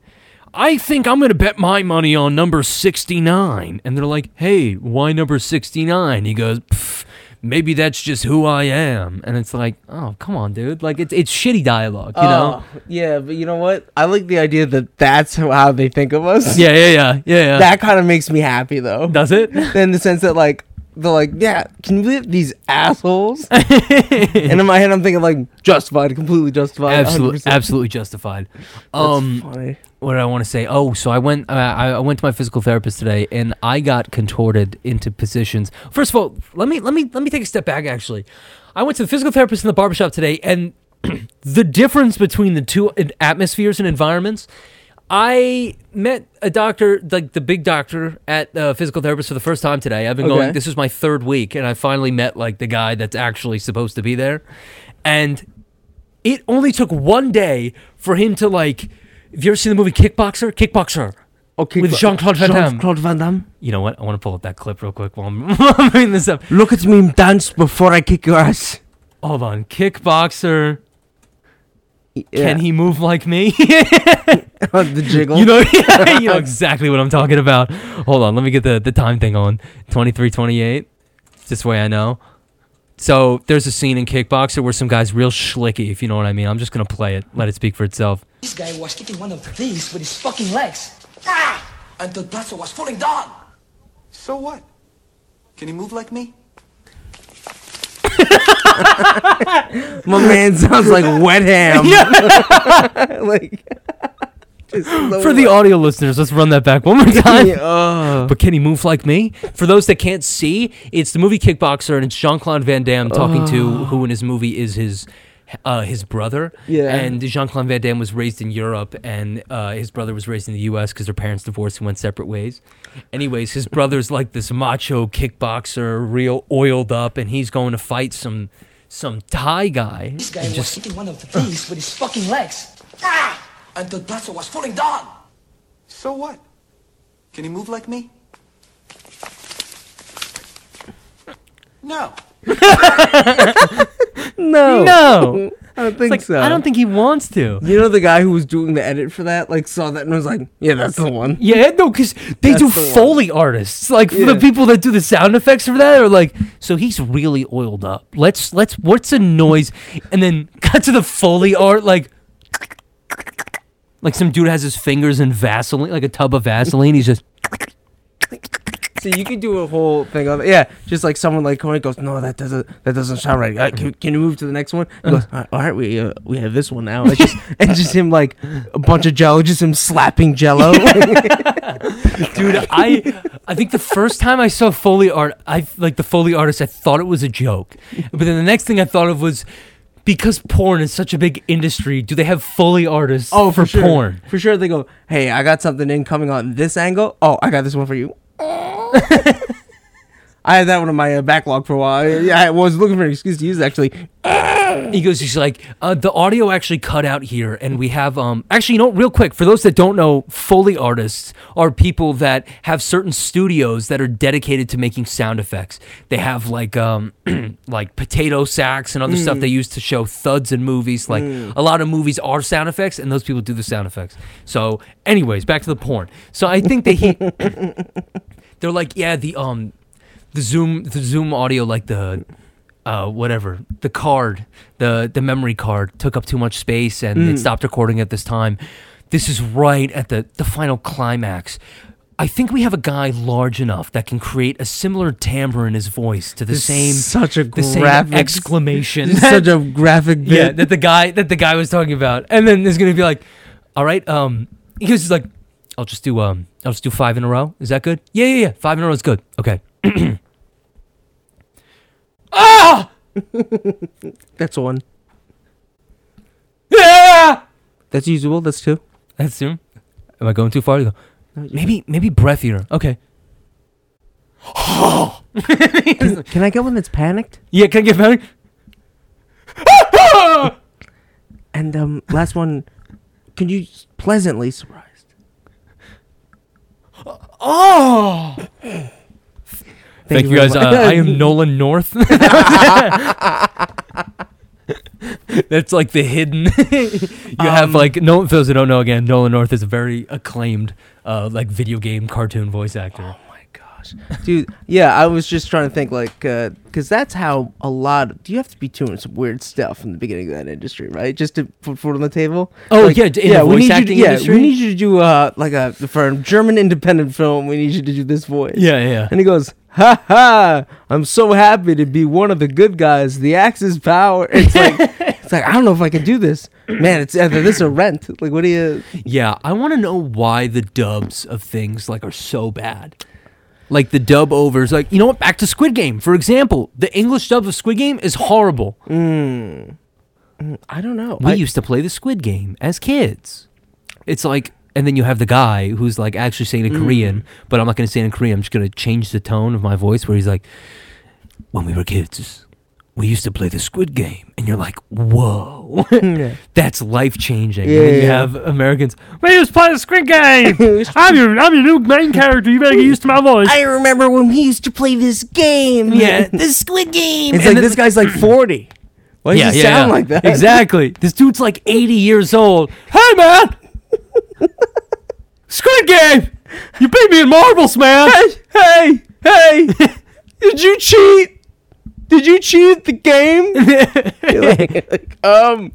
Speaker 2: I think I'm gonna bet my money on number sixty nine. And they're like, hey, why number sixty nine? He goes. "Pff, Maybe that's just who I am, and it's like, oh, come on, dude! Like it's it's shitty dialogue, you know?
Speaker 1: Oh, yeah, but you know what? I like the idea that that's how, how they think of us.
Speaker 2: Yeah, yeah, yeah, yeah. yeah.
Speaker 1: Uh. That kind of makes me happy though.
Speaker 2: does it.
Speaker 1: in the sense that like they're like, yeah, can you believe these assholes? and in my head, I'm thinking like justified, completely justified.
Speaker 2: Absolutely,
Speaker 1: 100%.
Speaker 2: absolutely justified. Um,
Speaker 1: Funny.
Speaker 2: what did I want to say? Oh, so I went. Uh, I I went to my physical therapist today, and I got contorted into positions. First of all, let me let me let me take a step back. Actually, I went to the physical therapist in the barbershop today, and the difference between the two in- atmospheres and environments. I met a doctor, like the big doctor at uh, physical therapist for the first time today. I've been
Speaker 1: Okay.
Speaker 2: going. This is my third week, and I finally met like the guy that's actually supposed to be there, and it only took one day for him to like. Have you ever seen the movie Kickboxer? Kickboxer.
Speaker 1: Okay,
Speaker 2: With
Speaker 1: but-
Speaker 2: Jean-Claude Van Damme.
Speaker 1: Jean-Claude Van Damme.
Speaker 2: You know what? I want to pull up that clip real quick while I'm I'm bringing this up.
Speaker 1: Look at me dance before I kick your ass.
Speaker 2: Hold on. Kickboxer. Can he move like me?
Speaker 1: the jiggle?
Speaker 2: you know, you know exactly what I'm talking about. Hold on. Let me get the, the time thing on. 2328. This way I know. So there's a scene in Kickboxer where some guy's real schlicky, if you know what I mean. I'm just going to play it. Let it speak for itself.
Speaker 4: This guy was kicking one of these with his fucking legs. Ah! Until Tasso was falling down.
Speaker 5: So what? Can he move like me?
Speaker 1: my man sounds like wet ham. like just so
Speaker 2: For the
Speaker 1: wet.
Speaker 2: audio listeners, let's run that back one more time.
Speaker 1: Yeah, oh.
Speaker 2: But can he move like me? For those that can't see, it's the movie Kickboxer, and it's Jean Claude Van Damme talking
Speaker 1: Ah.
Speaker 2: to who in his movie is his uh, his brother.
Speaker 1: Yeah.
Speaker 2: And Jean Claude Van Damme was raised in Europe, and uh, his brother was raised in the U.S. because their parents divorced and went separate ways. Anyways, his brother's like this macho kickboxer, real oiled up, and he's going to fight some some Thai guy.
Speaker 4: This guy was kicking one of these with his fucking legs.
Speaker 5: Ah!
Speaker 4: Until Tasso was falling down.
Speaker 5: So what? Can he move like me? No.
Speaker 1: no,
Speaker 2: No,
Speaker 1: I don't think
Speaker 2: like
Speaker 1: so.
Speaker 2: I don't think he wants to.
Speaker 1: You know the guy who was doing the edit for that, like saw that and was like, "Yeah, that's the one."
Speaker 2: Yeah, no, because they
Speaker 1: That's
Speaker 2: do
Speaker 1: the one.
Speaker 2: foley artists. Like
Speaker 1: Yeah.
Speaker 2: the people that do the sound effects for that are like, so he's really oiled up. Let's let's what's a noise, and then cut to the foley art like, like some dude has his fingers in Vaseline, like a tub of Vaseline. He's just
Speaker 1: So you could do a whole thing on, yeah, just like someone like Cohen goes, "No, that doesn't, that doesn't sound right. Uh, can, can you move to the next one?" He goes,
Speaker 2: Uh-huh.
Speaker 1: "All right, all right, we uh, we have this one now." It's just, and just him like a bunch of Jello, just him slapping Jello.
Speaker 2: dude. I I think the first time I saw foley art, I like the foley artist. I thought it was a joke, but then the next thing I thought of was. Because porn is such a big industry, do they have foley artists oh, for
Speaker 1: sure.
Speaker 2: porn?
Speaker 1: Oh, for sure. They go, "Hey, I got something in coming on this angle. Oh, I got this one for you." I had that one in my uh, backlog for a while. Yeah, I was looking for an excuse to use it, actually.
Speaker 2: He goes, he's like, uh, the audio actually cut out here, and we have, um, actually, you know, real quick, for those that don't know, Foley artists are people that have certain studios that are dedicated to making sound effects. They have like, um, like potato sacks and other stuff they use to show thuds in movies. Like a lot of movies are sound effects, and those people do the sound effects. So, anyways, back to the porn. So I think that he, they're like, yeah, the um, the Zoom the Zoom audio like the uh whatever the card the the memory card took up too much space and
Speaker 1: Mm.
Speaker 2: it stopped recording at this time. This is right at the the final climax. I think we have a guy large enough that can create a similar timbre in his voice to the
Speaker 1: This
Speaker 2: same
Speaker 1: is such a
Speaker 2: the same
Speaker 1: graphic-
Speaker 2: exclamation.
Speaker 1: It's such a graphic bit.
Speaker 2: Yeah, that the guy that the guy was talking about, and then there's gonna be like, all right, um, he was just like, I'll just do um, I'll just do five in a row. Is that good? Yeah, yeah, yeah. Five in a row is good. Okay.
Speaker 1: That's one.
Speaker 2: Yeah.
Speaker 1: That's usable. That's two.
Speaker 2: That's soon. Am I going too far? You go, maybe maybe breathier. Okay.
Speaker 1: Can I get one that's panicked?
Speaker 2: Yeah, can I get better?
Speaker 1: And um, last one. Can you s- pleasantly surprised?
Speaker 2: Oh. Thank, you
Speaker 1: very
Speaker 2: guys.
Speaker 1: much.
Speaker 2: Uh, I am Nolan North. That's like the hidden. you have like no for those who don't know again. Nolan North is a very acclaimed, uh, like video game cartoon voice
Speaker 1: Oh
Speaker 2: actor.
Speaker 1: my gosh, dude. Yeah, I was just trying to think like, because that's how a lot. do you have to be doing some weird stuff in the beginning of that industry, right? Just to put food on the table.
Speaker 2: Oh,
Speaker 1: Like,
Speaker 2: yeah, in the
Speaker 1: we
Speaker 2: voice
Speaker 1: need
Speaker 2: acting
Speaker 1: you. To, yeah,
Speaker 2: industry?
Speaker 1: we need you to do uh like a for a German independent film. We need you to do this voice.
Speaker 2: Yeah, yeah.
Speaker 1: And he goes, ha ha! I'm so happy to be one of the good guys. The axe is power. It's like, it's like I don't know if I can do this, man. It's either this or rent. Like, what do you?
Speaker 2: Yeah, I want to know why the dubs of things like are so bad. Like the dub overs, like you know what? Back to Squid Game, for example. The English dub of Squid Game is horrible.
Speaker 1: I don't know.
Speaker 2: we
Speaker 1: I-
Speaker 2: used to play the squid game as kids it's like and then you have the guy who's like actually saying in korean but i'm not going to say it in korean i'm just going to change the tone of my voice where he's like when we were kids we used to play the squid game and you're like whoa that's life changing
Speaker 1: Yeah,
Speaker 2: and then you
Speaker 1: yeah.
Speaker 2: have americans we used to play the squid game i'm your i'm your new main character you better get used to my voice
Speaker 1: I remember when we used to play this game.
Speaker 2: yeah the squid game
Speaker 1: It's
Speaker 2: And
Speaker 1: like
Speaker 2: then-
Speaker 1: this guy's like 40. Why does he sound like that?
Speaker 2: Exactly. This dude's like 80 years old. Hey, man! Squid Game! You beat me in marbles, man!
Speaker 1: Hey, hey, hey! did you cheat? Did you cheat at the game? You're like, like, um,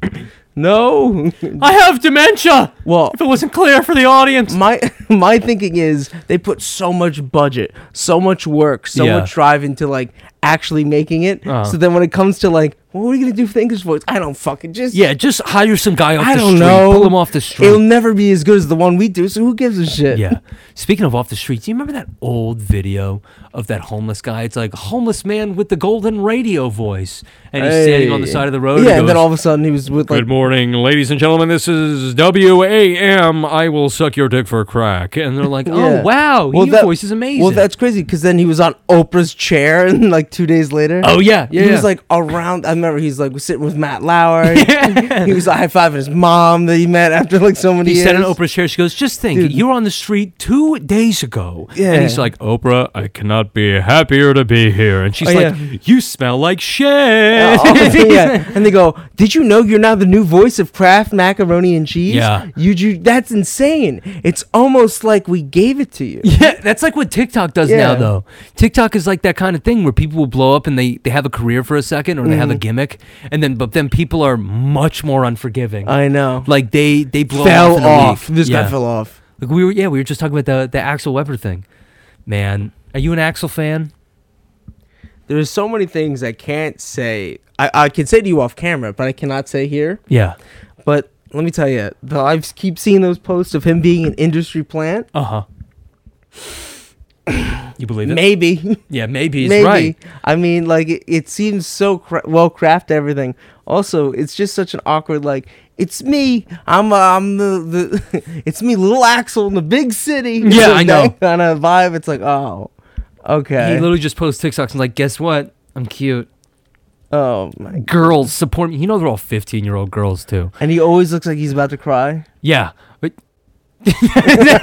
Speaker 1: no.
Speaker 2: I have dementia!
Speaker 1: Well,
Speaker 2: If it wasn't clear for the audience.
Speaker 1: my my thinking is they put so much budget, so much work, so
Speaker 2: Yeah.
Speaker 1: much drive into like actually making it.
Speaker 2: Uh-huh.
Speaker 1: So then when it comes to like, what are we gonna do for the English voice? I don't fucking just
Speaker 2: yeah, just hire some guy off
Speaker 1: I
Speaker 2: the
Speaker 1: don't
Speaker 2: street.
Speaker 1: know.
Speaker 2: Pull him off the
Speaker 1: It'll
Speaker 2: street.
Speaker 1: never be as good as the one we do. So who gives a shit?
Speaker 2: yeah. Speaking of off the street, do you remember that old video of that homeless guy? It's like homeless man with the golden radio voice. And he's standing on the
Speaker 1: Hey.
Speaker 2: side of the road.
Speaker 1: Yeah,
Speaker 2: he
Speaker 1: and then
Speaker 2: goes,
Speaker 1: all of a sudden he was with like
Speaker 2: Good morning, ladies and gentlemen. This is WAM. I will suck your dick for crack. And they're like, oh,
Speaker 1: Yeah.
Speaker 2: wow.
Speaker 1: Well,
Speaker 2: your
Speaker 1: that-
Speaker 2: voice is amazing.
Speaker 1: Well, that's crazy because then he was on Oprah's chair, and like two days later.
Speaker 2: Oh, yeah. Yeah.
Speaker 1: He
Speaker 2: yeah.
Speaker 1: was like around. I remember he's like sitting with Matt Lauer. he was high fiving his mom that he met after like so many
Speaker 2: he
Speaker 1: years.
Speaker 2: sat in Oprah's chair. She goes, just think,
Speaker 1: Dude.
Speaker 2: you were on the street two days ago.
Speaker 1: Yeah.
Speaker 2: And he's like, Oprah, I cannot be happier to be here. And she's
Speaker 1: Oh,
Speaker 2: like,
Speaker 1: yeah.
Speaker 2: you smell like shit.
Speaker 1: Oh, yeah. And they go, Did you know you're now the new voice of Kraft macaroni and cheese?
Speaker 2: Yeah.
Speaker 1: You, you that's insane. It's almost like we gave it to you.
Speaker 2: Yeah, that's like what TikTok does now,
Speaker 1: Yeah.
Speaker 2: though. TikTok is like that kind of thing where people will blow up and they, they have a career for a second or they
Speaker 1: Mm.
Speaker 2: have a gimmick, and then but then people are much more unforgiving.
Speaker 1: I know.
Speaker 2: like they they blow
Speaker 1: fell
Speaker 2: off. in a
Speaker 1: off.
Speaker 2: week.
Speaker 1: This
Speaker 2: yeah.
Speaker 1: guy fell off.
Speaker 2: Like we were yeah we were just talking about the the Axel Weber thing. Man, are you an Axel fan?
Speaker 1: There's so many things I can't say. I, I can say to you off camera, but I cannot say here.
Speaker 2: Yeah.
Speaker 1: But let me tell you, the, I keep seeing those posts of him being an industry plant.
Speaker 2: Uh huh. You believe it?
Speaker 1: Maybe,
Speaker 2: yeah, maybe he's
Speaker 1: maybe.
Speaker 2: right.
Speaker 1: I mean, like it, it seems so cra- well crafted. Everything. Also, it's just such an awkward. Like it's me. I'm. Uh, I'm the. the it's me, little Axel in the big city.
Speaker 2: Yeah, I know.
Speaker 1: Kind of vibe. It's like, oh,
Speaker 2: He
Speaker 1: okay.
Speaker 2: literally just posts TikToks and like, guess what? I'm cute.
Speaker 1: oh my.
Speaker 2: Girls support me. You know they're all 15 year old girls too.
Speaker 1: And he always looks like he's about to cry.
Speaker 2: Yeah. But that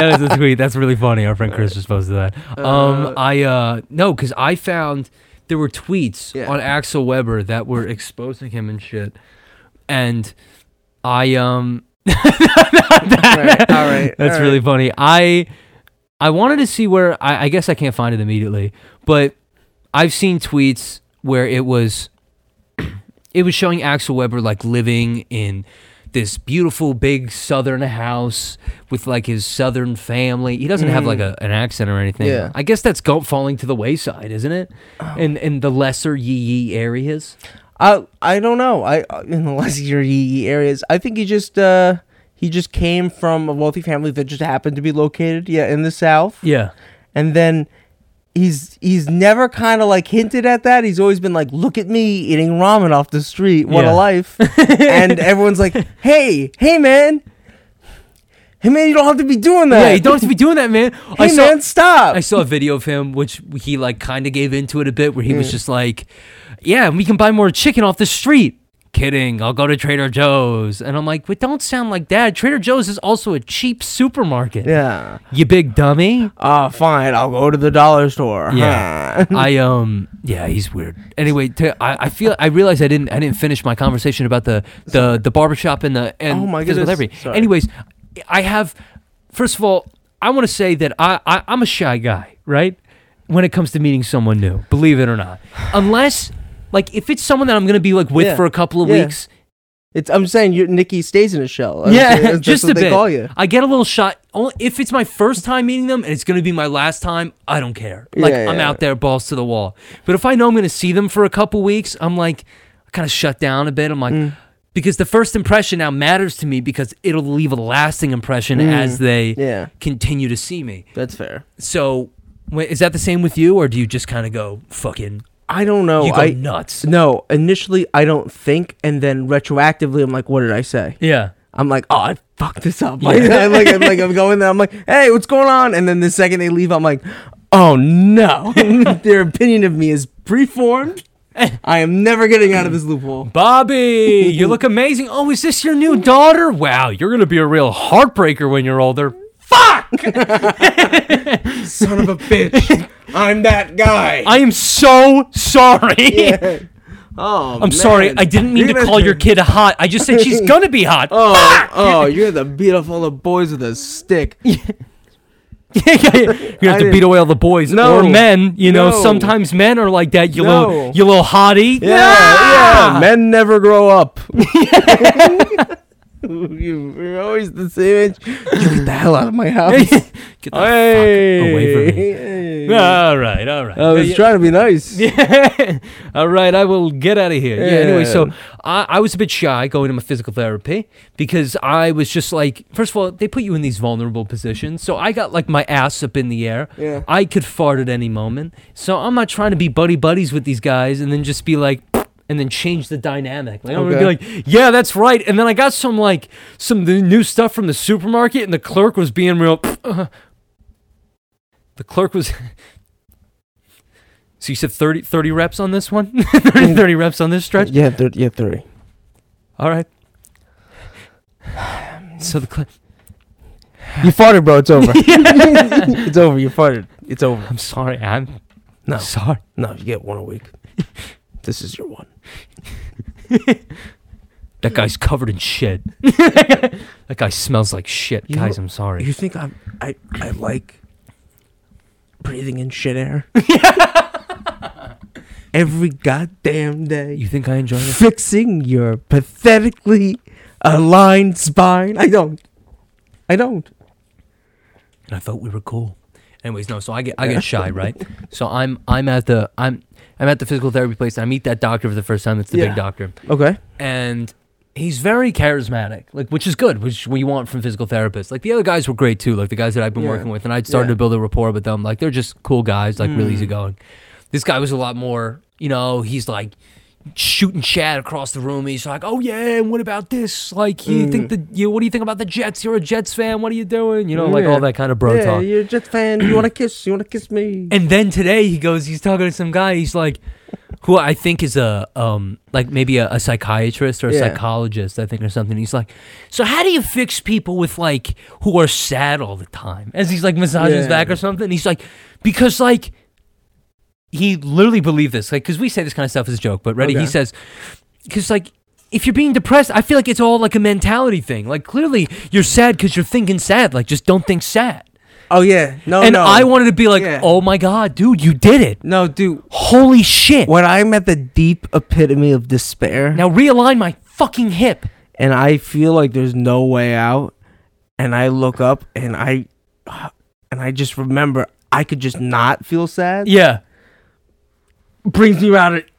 Speaker 2: that is a tweet. That's really funny. Our friend Chris just posted that. Um, I uh, no, because I found there were tweets
Speaker 1: Yeah.
Speaker 2: on Axel Weber that were exposing him and shit, and I um,
Speaker 1: All right. all right,
Speaker 2: that's
Speaker 1: all
Speaker 2: really
Speaker 1: right.
Speaker 2: funny. I I wanted to see where I, I guess I can't find it immediately, but I've seen tweets where it was it was showing Axel Weber like living in this beautiful big southern house with like his southern family. He doesn't have like a, an accent or anything.
Speaker 1: Mm-hmm. Yeah. Oh.
Speaker 2: I guess that's go- falling to the wayside, isn't it? In in the lesser yee yee areas.
Speaker 1: I I don't know. I uh, in the less year areas, I think he just uh he just came from a wealthy family that just happened to be located yeah in the south.
Speaker 2: Yeah.
Speaker 1: and then he's he's never kind of like hinted at that. He's always been like, "Look at me eating ramen off the street. What
Speaker 2: Yeah.
Speaker 1: a life!" and everyone's like, "Hey, hey, man, hey, man, you don't have to be doing that.
Speaker 2: Yeah, you don't have to be doing that, man.
Speaker 1: Hey, man, stop."
Speaker 2: I saw a video of him, which he like kind of gave into it a bit, where he was just like, "Yeah, we can buy more chicken off the street." Kidding. I'll go to Trader Joe's, and I'm like, "But don't sound like that. Trader Joe's is also a cheap supermarket.
Speaker 1: yeah.
Speaker 2: You big dummy."
Speaker 1: Ah, fine. I'll go to the dollar store.
Speaker 2: Yeah. I um. Yeah, he's weird. Anyway, t- I I feel I realized I didn't I didn't finish my conversation about the the the barbershop and the and
Speaker 1: Oh my
Speaker 2: physical
Speaker 1: goodness.
Speaker 2: therapy.
Speaker 1: Sorry.
Speaker 2: Anyways, I have first of all I want to say that I, I I'm a shy guy, right? When it comes to meeting someone new, believe it or not, unless like if it's someone that I'm gonna be like with
Speaker 1: Yeah.
Speaker 2: for a couple of
Speaker 1: Yeah.
Speaker 2: weeks,
Speaker 1: It's, I'm saying you Nikki stays in a shell. I'm saying
Speaker 2: yeah,
Speaker 1: that's- that's
Speaker 2: just
Speaker 1: what
Speaker 2: a
Speaker 1: they
Speaker 2: bit.
Speaker 1: call you.
Speaker 2: I get a little shot. Only if it's my first time meeting them and it's going to be my last time, I don't care. Like
Speaker 1: Yeah,
Speaker 2: I'm
Speaker 1: yeah.
Speaker 2: out there balls to the wall. But if I know I'm going to see them for a couple weeks, I'm like I kind of shut down a bit. I'm like
Speaker 1: Mm.
Speaker 2: because the first impression now matters to me because it'll leave a lasting impression as they
Speaker 1: Mm. Yeah.
Speaker 2: continue to see me.
Speaker 1: That's fair.
Speaker 2: So wait, is that the same with you or do you just kind of go fucking
Speaker 1: I don't know.
Speaker 2: you go
Speaker 1: Oh, I
Speaker 2: nuts?
Speaker 1: no. Initially, I don't think, and then retroactively, I'm like, "What did I say?"
Speaker 2: Yeah.
Speaker 1: I'm like, oh, I fucked this up. Like, I'm like, I'm like, I'm going there. I'm like, hey, what's going on? And then the second they leave, I'm like, oh no, their opinion of me is preformed. I am never getting out of this loophole.
Speaker 2: Bobby, you look amazing. Oh, is this your new daughter? Wow, you're going to be a real heartbreaker when you're older.
Speaker 1: Son of a bitch, I'm that guy.
Speaker 2: I am so sorry.
Speaker 1: Oh,
Speaker 2: I'm sorry. I didn't mean to call your kid hot. I just said she's going to be hot.
Speaker 1: Oh, oh, you're the beat up all the boys with a stick.
Speaker 2: Yeah, yeah, yeah. You have
Speaker 1: I
Speaker 2: to beat
Speaker 1: didn't-
Speaker 2: away all the boys
Speaker 1: No.
Speaker 2: or men. You know,
Speaker 1: No.
Speaker 2: sometimes men are like that. You
Speaker 1: No.
Speaker 2: little, you little hottie.
Speaker 1: yeah, yeah. Men never grow up. you, you're always the same age. You get the hell out of my house.
Speaker 2: Get the fuck away from me.
Speaker 1: Hey.
Speaker 2: All right, all right.
Speaker 1: I was
Speaker 2: Yeah,
Speaker 1: trying to be nice.
Speaker 2: yeah. All right, I will get out of here. Yeah. Anyway, so
Speaker 1: Yeah.
Speaker 2: I, I was a bit shy going to my physical therapy because I was just like, first of all, they put you in these vulnerable positions. So I got like my ass up in the air.
Speaker 1: Yeah.
Speaker 2: I could fart at any moment. So I'm not trying to be buddy buddies with these guys and then just be like. And then change the dynamic. Like I'm
Speaker 1: Okay.
Speaker 2: gonna be like, yeah, that's right. And then I got some like some of the new stuff from the supermarket, and the clerk was being real. the clerk was so you said 30, 30 reps on this one 30, 30 reps on this stretch
Speaker 1: Yeah, thir- yeah, three.
Speaker 2: all right so the clerk
Speaker 1: You farted, bro. It's over. it's over. You farted. It's over.
Speaker 2: i'm sorry i'm
Speaker 1: No.
Speaker 2: sorry
Speaker 1: No, you get one a week. This is your one.
Speaker 2: that guy's covered in shit that guy smells like shit
Speaker 1: You
Speaker 2: guys
Speaker 1: know-
Speaker 2: i'm sorry
Speaker 1: You think I'm? I I like breathing in shit air. Every goddamn day,
Speaker 2: you think i enjoy it
Speaker 1: fixing your pathetically aligned spine. I don't. I don't.
Speaker 2: and i thought we were cool anyways no so i get i get shy right so i'm i'm at the i'm i'm at the physical therapy place and i meet that doctor for the first time it's the
Speaker 1: Yeah.
Speaker 2: big doctor
Speaker 1: Okay.
Speaker 2: and he's very charismatic, like which is good, which we want from physical therapists. Like the other guys were great too, like the guys that I've been
Speaker 1: Yeah.
Speaker 2: working with, and I started
Speaker 1: Yeah. Mm.
Speaker 2: to build a rapport with them. Like they're just cool guys, like really easygoing. This guy was a lot more, you know, he's like shooting chat across the room. He's like, "Oh yeah, and what about this? Like, you
Speaker 1: Mm.
Speaker 2: think the you what do you think about the Jets? You're a Jets fan. What are you doing? You know, like
Speaker 1: Yeah.
Speaker 2: all that kind of bro
Speaker 1: yeah,
Speaker 2: talk."
Speaker 1: you're just fan. You want to kiss? You want to kiss me?
Speaker 2: And then today he goes, he's talking to some guy. He's like, who I think is a um like maybe a, a psychiatrist or a
Speaker 1: Yeah.
Speaker 2: psychologist, I think, or something. He's like, so how do you fix people with like who are sad all the time? As he's like massaging his
Speaker 1: Yeah.
Speaker 2: back or something. He's like, because like he literally believed this, like because we say this kind of stuff as a joke, but ready,
Speaker 1: Okay.
Speaker 2: he says, because like. If you're being depressed, I feel like it's all like a mentality thing. Like clearly, you're sad because you're thinking sad. Like just don't think sad.
Speaker 1: Oh yeah, no,
Speaker 2: and
Speaker 1: no.
Speaker 2: I wanted to be like,
Speaker 1: Yeah.
Speaker 2: oh my god, dude, you did it!
Speaker 1: no, dude.
Speaker 2: Holy shit!
Speaker 1: When I'm at the deep epitome of despair,
Speaker 2: Now realign my fucking hip.
Speaker 1: and I feel like there's no way out, and I look up and I, and I just remember I could just not feel sad.
Speaker 2: Yeah,
Speaker 1: brings me out it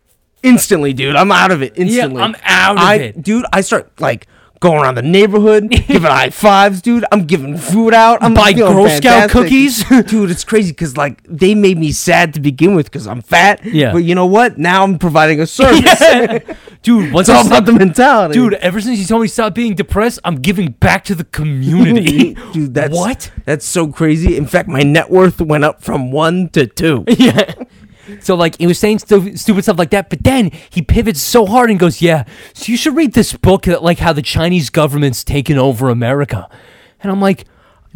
Speaker 1: instantly, dude. I'm out of it instantly.
Speaker 2: I'm out of
Speaker 1: I-
Speaker 2: it.
Speaker 1: dude. I start like going around the neighborhood, giving high fives, dude. I'm giving food out. I'm
Speaker 2: Buy
Speaker 1: feeling
Speaker 2: Girl
Speaker 1: fantastic.
Speaker 2: Scout cookies?
Speaker 1: dude. It's crazy because like they made me sad to begin with because I'm fat.
Speaker 2: Yeah.
Speaker 1: but you know what? Now I'm providing a service.
Speaker 2: dude. What's
Speaker 1: It's all about the mentality,
Speaker 2: Dude, ever since you told me to stop being depressed, I'm giving back to the community.
Speaker 1: Dude, that's
Speaker 2: what?
Speaker 1: That's so crazy. In fact, my net worth went up from one to two.
Speaker 2: yeah. So like he was saying stu- stupid stuff like that, but then he pivots so hard and goes, "Yeah, so you should read this book that like how the Chinese government's taken over America," and I'm like,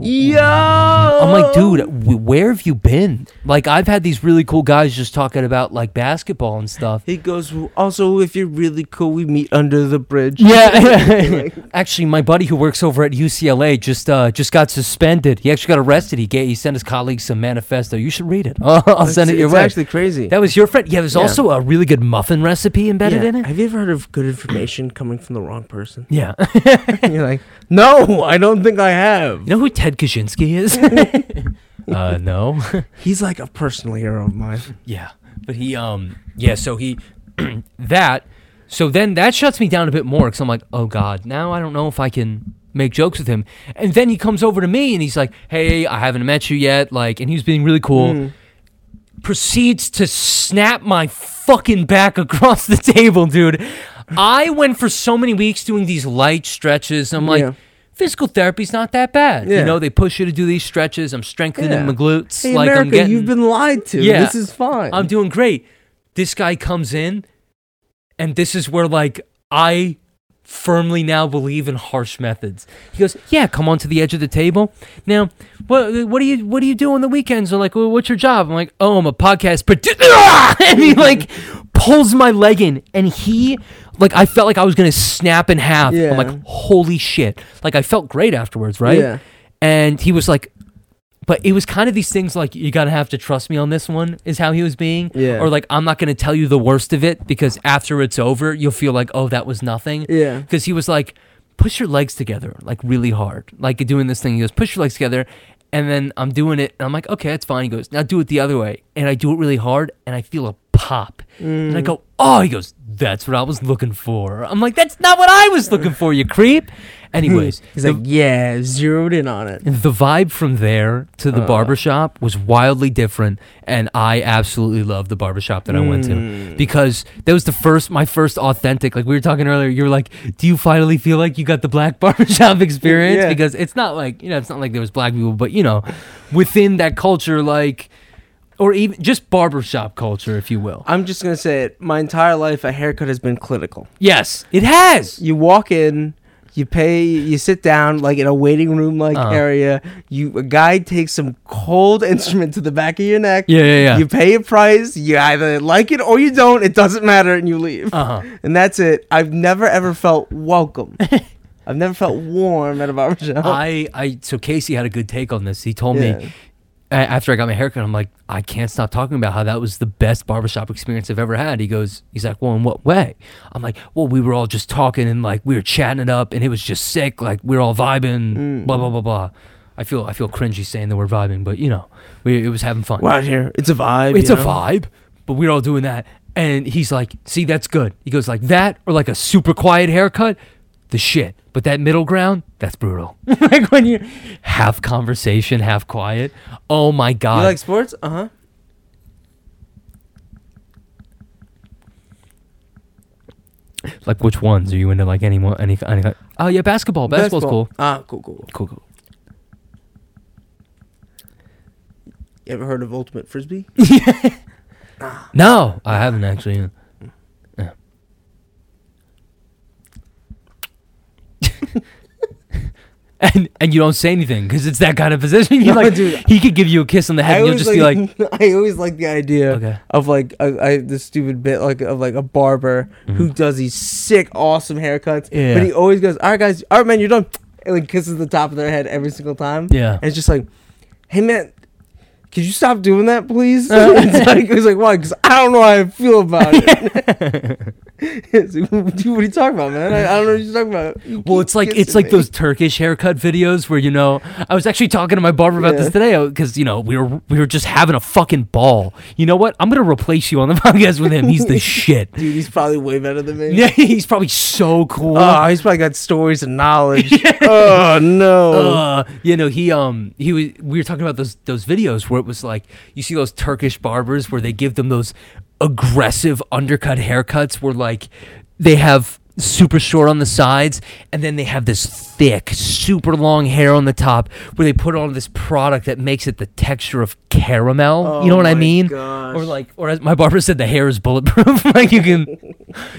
Speaker 1: Yo,
Speaker 2: I'm
Speaker 1: I'm
Speaker 2: like, dude, w- where have you been? Like I've had these really cool guys just talking about like basketball and stuff.
Speaker 1: He goes. Also, if you're really cool, we meet under the bridge.
Speaker 2: Yeah, actually, my buddy who works over at UCLA just uh, just got suspended. He actually got arrested. He gave, he sent his colleagues some manifesto. You should read it. I'll send it
Speaker 1: It's-
Speaker 2: your
Speaker 1: it's
Speaker 2: way.
Speaker 1: actually crazy.
Speaker 2: That was your friend. Yeah, there's
Speaker 1: Yeah.
Speaker 2: also a really good muffin recipe embedded
Speaker 1: Yeah.
Speaker 2: in it.
Speaker 1: Have you ever heard of good information coming from the wrong person?
Speaker 2: Yeah,
Speaker 1: you're like, no, I don't think I have.
Speaker 2: you know who Ted Kaczynski is? uh, no.
Speaker 1: He's like a personal hero of mine.
Speaker 2: Yeah, but he um yeah, so he that so then that shuts me down a bit more because I'm like, oh god, now I don't know if I can make jokes with him. And then he comes over to me and he's like, hey, I haven't met you yet, like, and he was being really cool.
Speaker 1: Mm.
Speaker 2: Proceeds to snap my fucking back across the table, dude. I went for so many weeks doing these light stretches. I'm like.
Speaker 1: Yeah.
Speaker 2: Physical therapy's not that bad. You
Speaker 1: Yeah.
Speaker 2: know, they push you to do these stretches. I'm strengthening
Speaker 1: Yeah.
Speaker 2: my glutes.
Speaker 1: Hey,
Speaker 2: like
Speaker 1: America,
Speaker 2: I'm getting,
Speaker 1: you've been lied to.
Speaker 2: Yeah.
Speaker 1: This is fine.
Speaker 2: I'm doing great. This guy comes in, and this is where like I firmly now believe in harsh methods. He goes, "Yeah, come onto the edge of the table." Now, what what do you what do you do on the weekends? Or like, well, what's your job? I'm like, "Oh, I'm a podcast producer." and he like pulls my leg in, and he like I felt like I was gonna snap in half.
Speaker 1: Yeah.
Speaker 2: I'm like, "Holy shit!" Like I felt great afterwards, right?
Speaker 1: Yeah.
Speaker 2: And he was like, but it was kind of these things like you gotta have to trust me on this one is how he was being
Speaker 1: Yeah.
Speaker 2: or like i'm not gonna tell you the worst of it because after it's over you'll feel like oh that was nothing
Speaker 1: Yeah.
Speaker 2: because he was like push your legs together like really hard like doing this thing he goes push your legs together and then i'm doing it and i'm like okay that's fine he goes now do it the other way and i do it really hard and i feel a pop and
Speaker 1: Mm.
Speaker 2: i go oh he goes that's what i was looking for i'm like that's not what i was looking for you creep anyways
Speaker 1: He's
Speaker 2: the-
Speaker 1: like, yeah, zeroed in on it.
Speaker 2: the vibe from there to the barbershop was wildly different and i absolutely loved the barbershop that i went to because that was the first my first authentic like we were talking earlier you were like do you finally feel like you got the black barbershop experience
Speaker 1: Yeah.
Speaker 2: because it's not like you know it's not like there was black people but you know within that culture like or even just barbershop culture if you will
Speaker 1: I'm just gonna say it. My entire life, a haircut has been clinical.
Speaker 2: yes it has
Speaker 1: you walk in you pay you sit down like in a waiting room like
Speaker 2: Uh-huh.
Speaker 1: area you a guy takes some cold instrument to the back of your neck
Speaker 2: Yeah, yeah, yeah.
Speaker 1: you pay a price you either like it or you don't it doesn't matter and you leave
Speaker 2: Uh-huh.
Speaker 1: and that's it i've never ever felt welcome i've never felt warm at a barbershop
Speaker 2: I, I so Casey had a good take on this. He told
Speaker 1: Yeah.
Speaker 2: me a- after I got my haircut, I'm like, I can't stop talking about how that was the best barbershop experience I've ever had. He goes, he's like, well, in what way? I'm like, well, we were all just talking and like we were chatting it up, and it was just sick. Like we were all vibing, blah blah blah blah. I feel I feel cringy saying the word vibing, but you know, we, it was having fun.
Speaker 1: we're out here it's a vibe
Speaker 2: It's
Speaker 1: you
Speaker 2: a
Speaker 1: know?
Speaker 2: vibe, but we're all doing that. And he's like, see, that's good. He goes like that or like a super quiet haircut, the shit. But that middle ground, that's brutal. like when you half conversation, half quiet. Oh my
Speaker 1: you
Speaker 2: god.
Speaker 1: like sports uh-huh
Speaker 2: Like, which ones are you into? Like any one- any any? Oh yeah, basketball. Basketball's cool.
Speaker 1: ah cool cool cool
Speaker 2: Cool, cool.
Speaker 1: you ever heard of ultimate frisbee
Speaker 2: No, I haven't actually. Yeah. and and you don't say anything because it's that kind of position. You
Speaker 1: No,
Speaker 2: like,
Speaker 1: dude.
Speaker 2: he could give you a kiss on the head, and you'll just be like,
Speaker 1: I always like the idea
Speaker 2: Okay.
Speaker 1: of like I, I the stupid bit like of like a barber who does these sick awesome haircuts,
Speaker 2: Mm-hmm. Yeah.
Speaker 1: but he always goes, "All right, guys, all right, man, you're done," and like kisses the top of their head every single time.
Speaker 2: Yeah.
Speaker 1: and it's just like, "Hey man, could you stop doing that, please?" it's like he's like, "Why?" Because I don't know how I feel about it. It's like, Dude, what are you talking about, man? I, I don't know what you're talking about. You
Speaker 2: Well,
Speaker 1: keep
Speaker 2: it's like it's
Speaker 1: kissing
Speaker 2: like
Speaker 1: me."
Speaker 2: those Turkish haircut videos where you know I was actually talking to my barber about this
Speaker 1: Yeah.
Speaker 2: today because you know we were we were just having a fucking ball. You know what? I'm gonna replace you on the podcast with him. He's the shit.
Speaker 1: Dude, he's probably way better than me.
Speaker 2: Yeah, he's probably so cool.
Speaker 1: Oh, he's probably got stories and knowledge. oh no.
Speaker 2: uh, you know, he um he was we were talking about those those videos where it was like you see those Turkish barbers where they give them those aggressive undercut haircuts where like they have super short on the sides and then they have this thick super long hair on the top where they put on this product that makes it the texture of caramel you know
Speaker 1: Oh
Speaker 2: what i
Speaker 1: my
Speaker 2: mean
Speaker 1: gosh.
Speaker 2: or like or as my barber said the hair is bulletproof like you can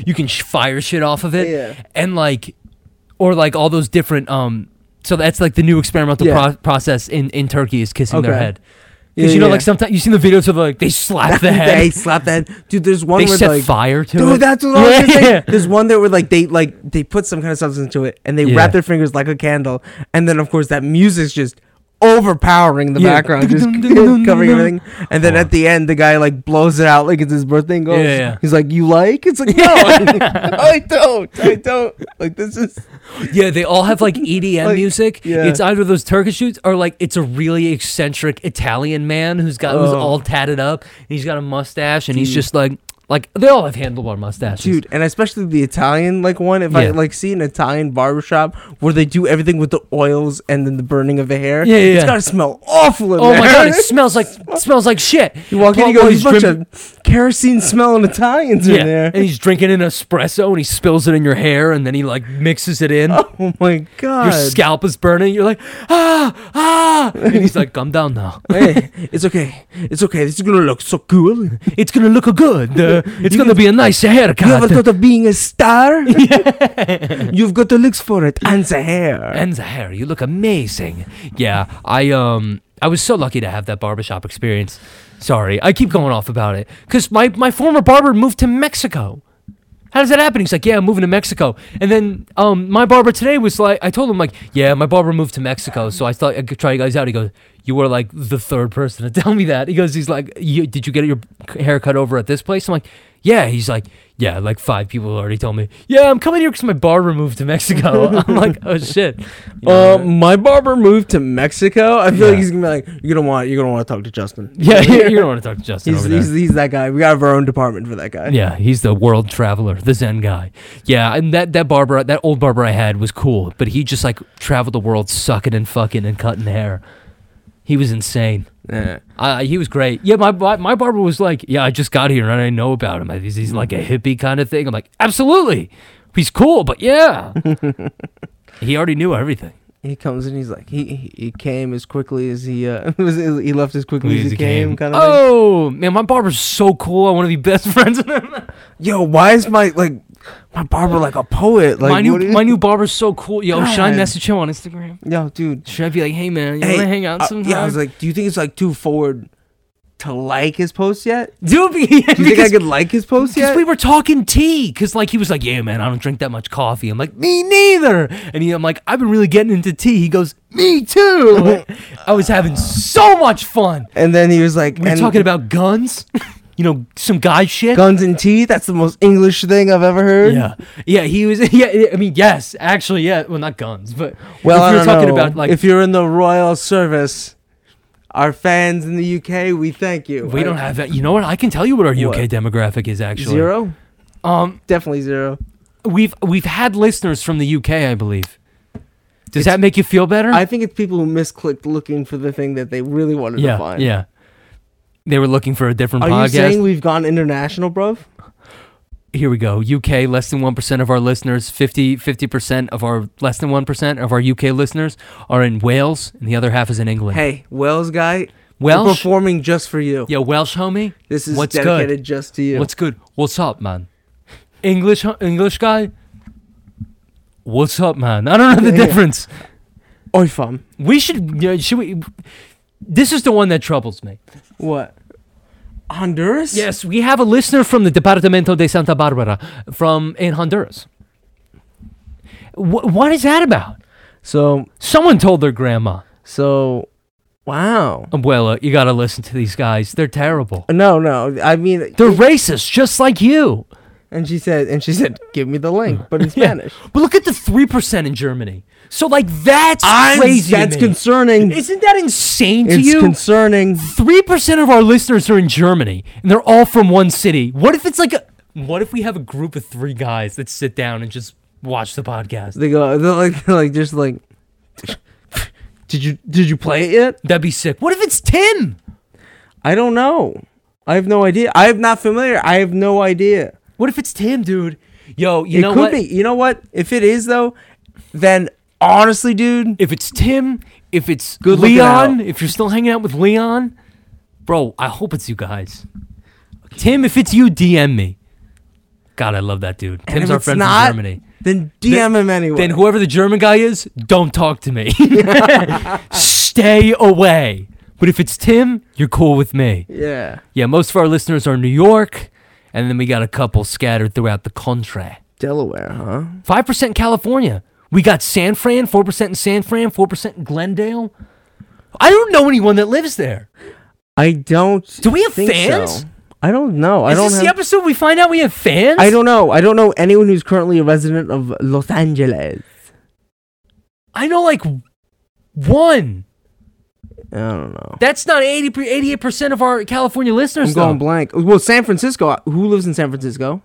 Speaker 2: you can sh- fire shit off of it
Speaker 1: Yeah.
Speaker 2: and like or like all those different um so that's like the new experimental
Speaker 1: Yeah.
Speaker 2: pro- process in in turkey is kissing their
Speaker 1: Okay.
Speaker 2: head because
Speaker 1: Yeah,
Speaker 2: you know
Speaker 1: yeah.
Speaker 2: like sometimes you've seen the videos of like they slap the head
Speaker 1: They slapped that dude. There's one
Speaker 2: They
Speaker 1: where
Speaker 2: set
Speaker 1: like
Speaker 2: fire to
Speaker 1: dude,
Speaker 2: it.
Speaker 1: that's what I was
Speaker 2: Yeah,
Speaker 1: gonna
Speaker 2: yeah.
Speaker 1: say. There's one there where like they like they put some kind of substance into it and they
Speaker 2: Yeah.
Speaker 1: wrap their fingers like a candle, and then of course that music's just overpowering the
Speaker 2: Yeah.
Speaker 1: background, just covering everything. And then at the end, the guy like blows it out like it's his birthday and goes,
Speaker 2: Yeah, yeah.
Speaker 1: "He's like, you like?" It's like, no, I don't, I don't. Like this is
Speaker 2: yeah they all have like edm
Speaker 1: Like,
Speaker 2: music
Speaker 1: yeah.
Speaker 2: it's either those turkish dudes or like it's a really eccentric italian man who's got who's
Speaker 1: Oh.
Speaker 2: all tatted up and he's got a mustache and he's just like like they all have handlebar mustaches
Speaker 1: dude and especially the italian like one if i
Speaker 2: Yeah.
Speaker 1: like see an italian barbershop where they do everything with the oils and then the burning of the hair
Speaker 2: Yeah, yeah,
Speaker 1: it's
Speaker 2: yeah.
Speaker 1: gotta smell awful in
Speaker 2: oh
Speaker 1: there.
Speaker 2: my god it smells like smells like shit
Speaker 1: you walk in
Speaker 2: Paul
Speaker 1: you go
Speaker 2: Wall,
Speaker 1: there's a bunch
Speaker 2: drim-
Speaker 1: of kerosene smelling italians in there
Speaker 2: and he's drinking an espresso and he spills it in your hair and then he like mixes it in
Speaker 1: oh my
Speaker 2: your
Speaker 1: god
Speaker 2: scalp is burning. You're like, ah, ah. And he's like, calm down now.
Speaker 1: Hey, it's okay it's okay this is gonna look so cool you
Speaker 2: It's going to look good. Uh, it's going to be a nice haircut.
Speaker 1: ever thought of being a star you've got the looks for it and the hair
Speaker 2: and the hair, you look amazing. Yeah, I um, I was so lucky to have that barbershop experience. Sorry, I keep going off about it because my, my former barber moved to Mexico. How does that happen? He's like, yeah, I'm moving to Mexico. And then um, my barber today was like, I told him like, yeah, my barber moved to Mexico, so I thought I could try you guys out. He goes, you were like the third person to tell me that. He goes, he's like, you, did you get your haircut over at this place? I'm like, yeah. He's like, yeah, like five people already told me, yeah, I'm coming here because my barber moved to Mexico. I'm like, oh shit. You know,
Speaker 1: Uh, my barber moved to Mexico. I feel
Speaker 2: Yeah.
Speaker 1: like he's gonna be like, you're gonna want, you're gonna want to talk to Justin.
Speaker 2: yeah, you you don't want to talk to Justin
Speaker 1: He's,
Speaker 2: over there.
Speaker 1: he's, he's that guy. We have our own department for that guy.
Speaker 2: Yeah, he's the world traveler, the Zen guy. Yeah, and that that barber, that old barber I had was cool, but he just like traveled the world sucking and fucking and cutting hair. He was insane.
Speaker 1: Yeah.
Speaker 2: Uh, he was great. Yeah, my my my barber was like, yeah, I just got here and I didn't know about him. He's, he's like a hippie kind of thing. I'm like, absolutely, he's cool, but yeah, he already knew everything.
Speaker 1: He comes in. He's like, he he- he came as quickly as he uh was. He left as quickly as he came. Kind of. thing.
Speaker 2: oh man, my barber's so cool. I want to be best friends with him.
Speaker 1: Yo, why is my like my barber like a poet? Like
Speaker 2: my new
Speaker 1: what is-
Speaker 2: my new barber's so cool. Yo, should I
Speaker 1: God.
Speaker 2: message him on Instagram?
Speaker 1: Yo, dude.
Speaker 2: Should I be like, hey man, you
Speaker 1: Hey,
Speaker 2: wanna hang out
Speaker 1: uh,
Speaker 2: sometime?
Speaker 1: yeah, I was like, do you think it's like too forward to like his post yet?
Speaker 2: dude, be-
Speaker 1: Do you think I
Speaker 2: because,
Speaker 1: could like his post
Speaker 2: because
Speaker 1: yet?
Speaker 2: we were talking tea, because like he was like, yeah man, I don't drink that much coffee. I'm like, me neither. And he, I'm like, I've been really getting into tea. He goes, me too. I was having so much fun.
Speaker 1: and then he was like,
Speaker 2: We were
Speaker 1: and
Speaker 2: talking about guns, you know, some guy shit.
Speaker 1: guns and tea. That's the most English thing I've ever heard.
Speaker 2: Yeah, yeah, he was. Yeah, I mean, yes, actually, yeah. Well, not guns, but
Speaker 1: Well,
Speaker 2: if
Speaker 1: I
Speaker 2: you're
Speaker 1: don't
Speaker 2: talking
Speaker 1: know.
Speaker 2: about like
Speaker 1: if you're in the royal service, our fans in the UK, we thank you.
Speaker 2: we
Speaker 1: I-
Speaker 2: don't have that. You know what? I can tell you what our UK
Speaker 1: What?
Speaker 2: demographic is actually
Speaker 1: zero.
Speaker 2: Um,
Speaker 1: Definitely zero.
Speaker 2: We've we've had listeners from the UK, I believe. Does that make you feel better?
Speaker 1: I think it's people who misclicked looking for the thing that they really wanted
Speaker 2: yeah,
Speaker 1: to find.
Speaker 2: yeah. They were looking for a different
Speaker 1: Are you
Speaker 2: podcast.
Speaker 1: saying we've gone international, bruv?
Speaker 2: Here we go. UK less than 1% of our listeners, 50 50% of our less than 1% of our UK listeners are in Wales and the other half is in England.
Speaker 1: Hey, Wells guy, we're
Speaker 2: Welsh?
Speaker 1: performing just for you.
Speaker 2: Yo, Welsh homie.
Speaker 1: This is
Speaker 2: what's
Speaker 1: dedicated
Speaker 2: good.
Speaker 1: just to you.
Speaker 2: What's good? What's up, man? English ho- English guy? What's up, man? I don't know the
Speaker 1: Yeah.
Speaker 2: difference.
Speaker 1: Oi, fam.
Speaker 2: We should yeah, should we This is the one that troubles me.
Speaker 1: What? Honduras?
Speaker 2: Yes, we have a listener from the Departamento de Santa Barbara from in Honduras. Wh- what is that about?
Speaker 1: So,
Speaker 2: Someone told their grandma.
Speaker 1: so Wow.
Speaker 2: Abuela, you gotta listen to these guys. They're terrible.
Speaker 1: No, no. I mean,
Speaker 2: They're racist, just like you.
Speaker 1: and she said, and she said, give me the link, but in Spanish.
Speaker 2: But look at the three percent in Germany. So like that's crazy. to
Speaker 1: That's
Speaker 2: me.
Speaker 1: concerning. It's,
Speaker 2: Isn't that insane to you?
Speaker 1: concerning.
Speaker 2: Three percent of our listeners are in Germany, and they're all from one city. What if it's like a? What if we have a group of three guys that sit down and just watch the podcast?
Speaker 1: They go, they're like, they're like, just like, did you did you play it yet?
Speaker 2: That'd be sick. What if it's ten?
Speaker 1: I don't know. I have no idea. I am not familiar. I have no idea.
Speaker 2: What if it's ten, dude? Yo, you
Speaker 1: it
Speaker 2: know
Speaker 1: could
Speaker 2: what?
Speaker 1: be. You know what? If it is though, then honestly, dude,
Speaker 2: If it's Tim, if it's
Speaker 1: Good looking
Speaker 2: Leon,
Speaker 1: out.
Speaker 2: if you're still hanging out with Leon, bro, I hope it's you guys. Tim, if it's you, DM me. God, I love that dude.
Speaker 1: and
Speaker 2: Tim's
Speaker 1: if
Speaker 2: our
Speaker 1: it's
Speaker 2: friend
Speaker 1: not,
Speaker 2: from Germany.
Speaker 1: Then DM him anyway.
Speaker 2: Then whoever the German guy is, don't talk to me. Stay away. But if it's Tim, you're cool with me.
Speaker 1: Yeah.
Speaker 2: Yeah, most of our listeners are in New York, and then we got a couple scattered throughout the country.
Speaker 1: Delaware, huh?
Speaker 2: Five percent California. We got San Fran, four percent in San Fran, four percent in Glendale. I don't know anyone that lives there.
Speaker 1: I don't.
Speaker 2: Do we have
Speaker 1: think
Speaker 2: fans?
Speaker 1: So. I don't know. I
Speaker 2: Is
Speaker 1: don't.
Speaker 2: this
Speaker 1: Have,
Speaker 2: the episode we find out we have fans?
Speaker 1: I don't know. I don't know anyone who's currently a resident of Los Angeles.
Speaker 2: I know like one.
Speaker 1: I don't know.
Speaker 2: That's not 80, 88% of our California listeners.
Speaker 1: I'm going
Speaker 2: though.
Speaker 1: blank. Well, San Francisco. Who lives in San Francisco?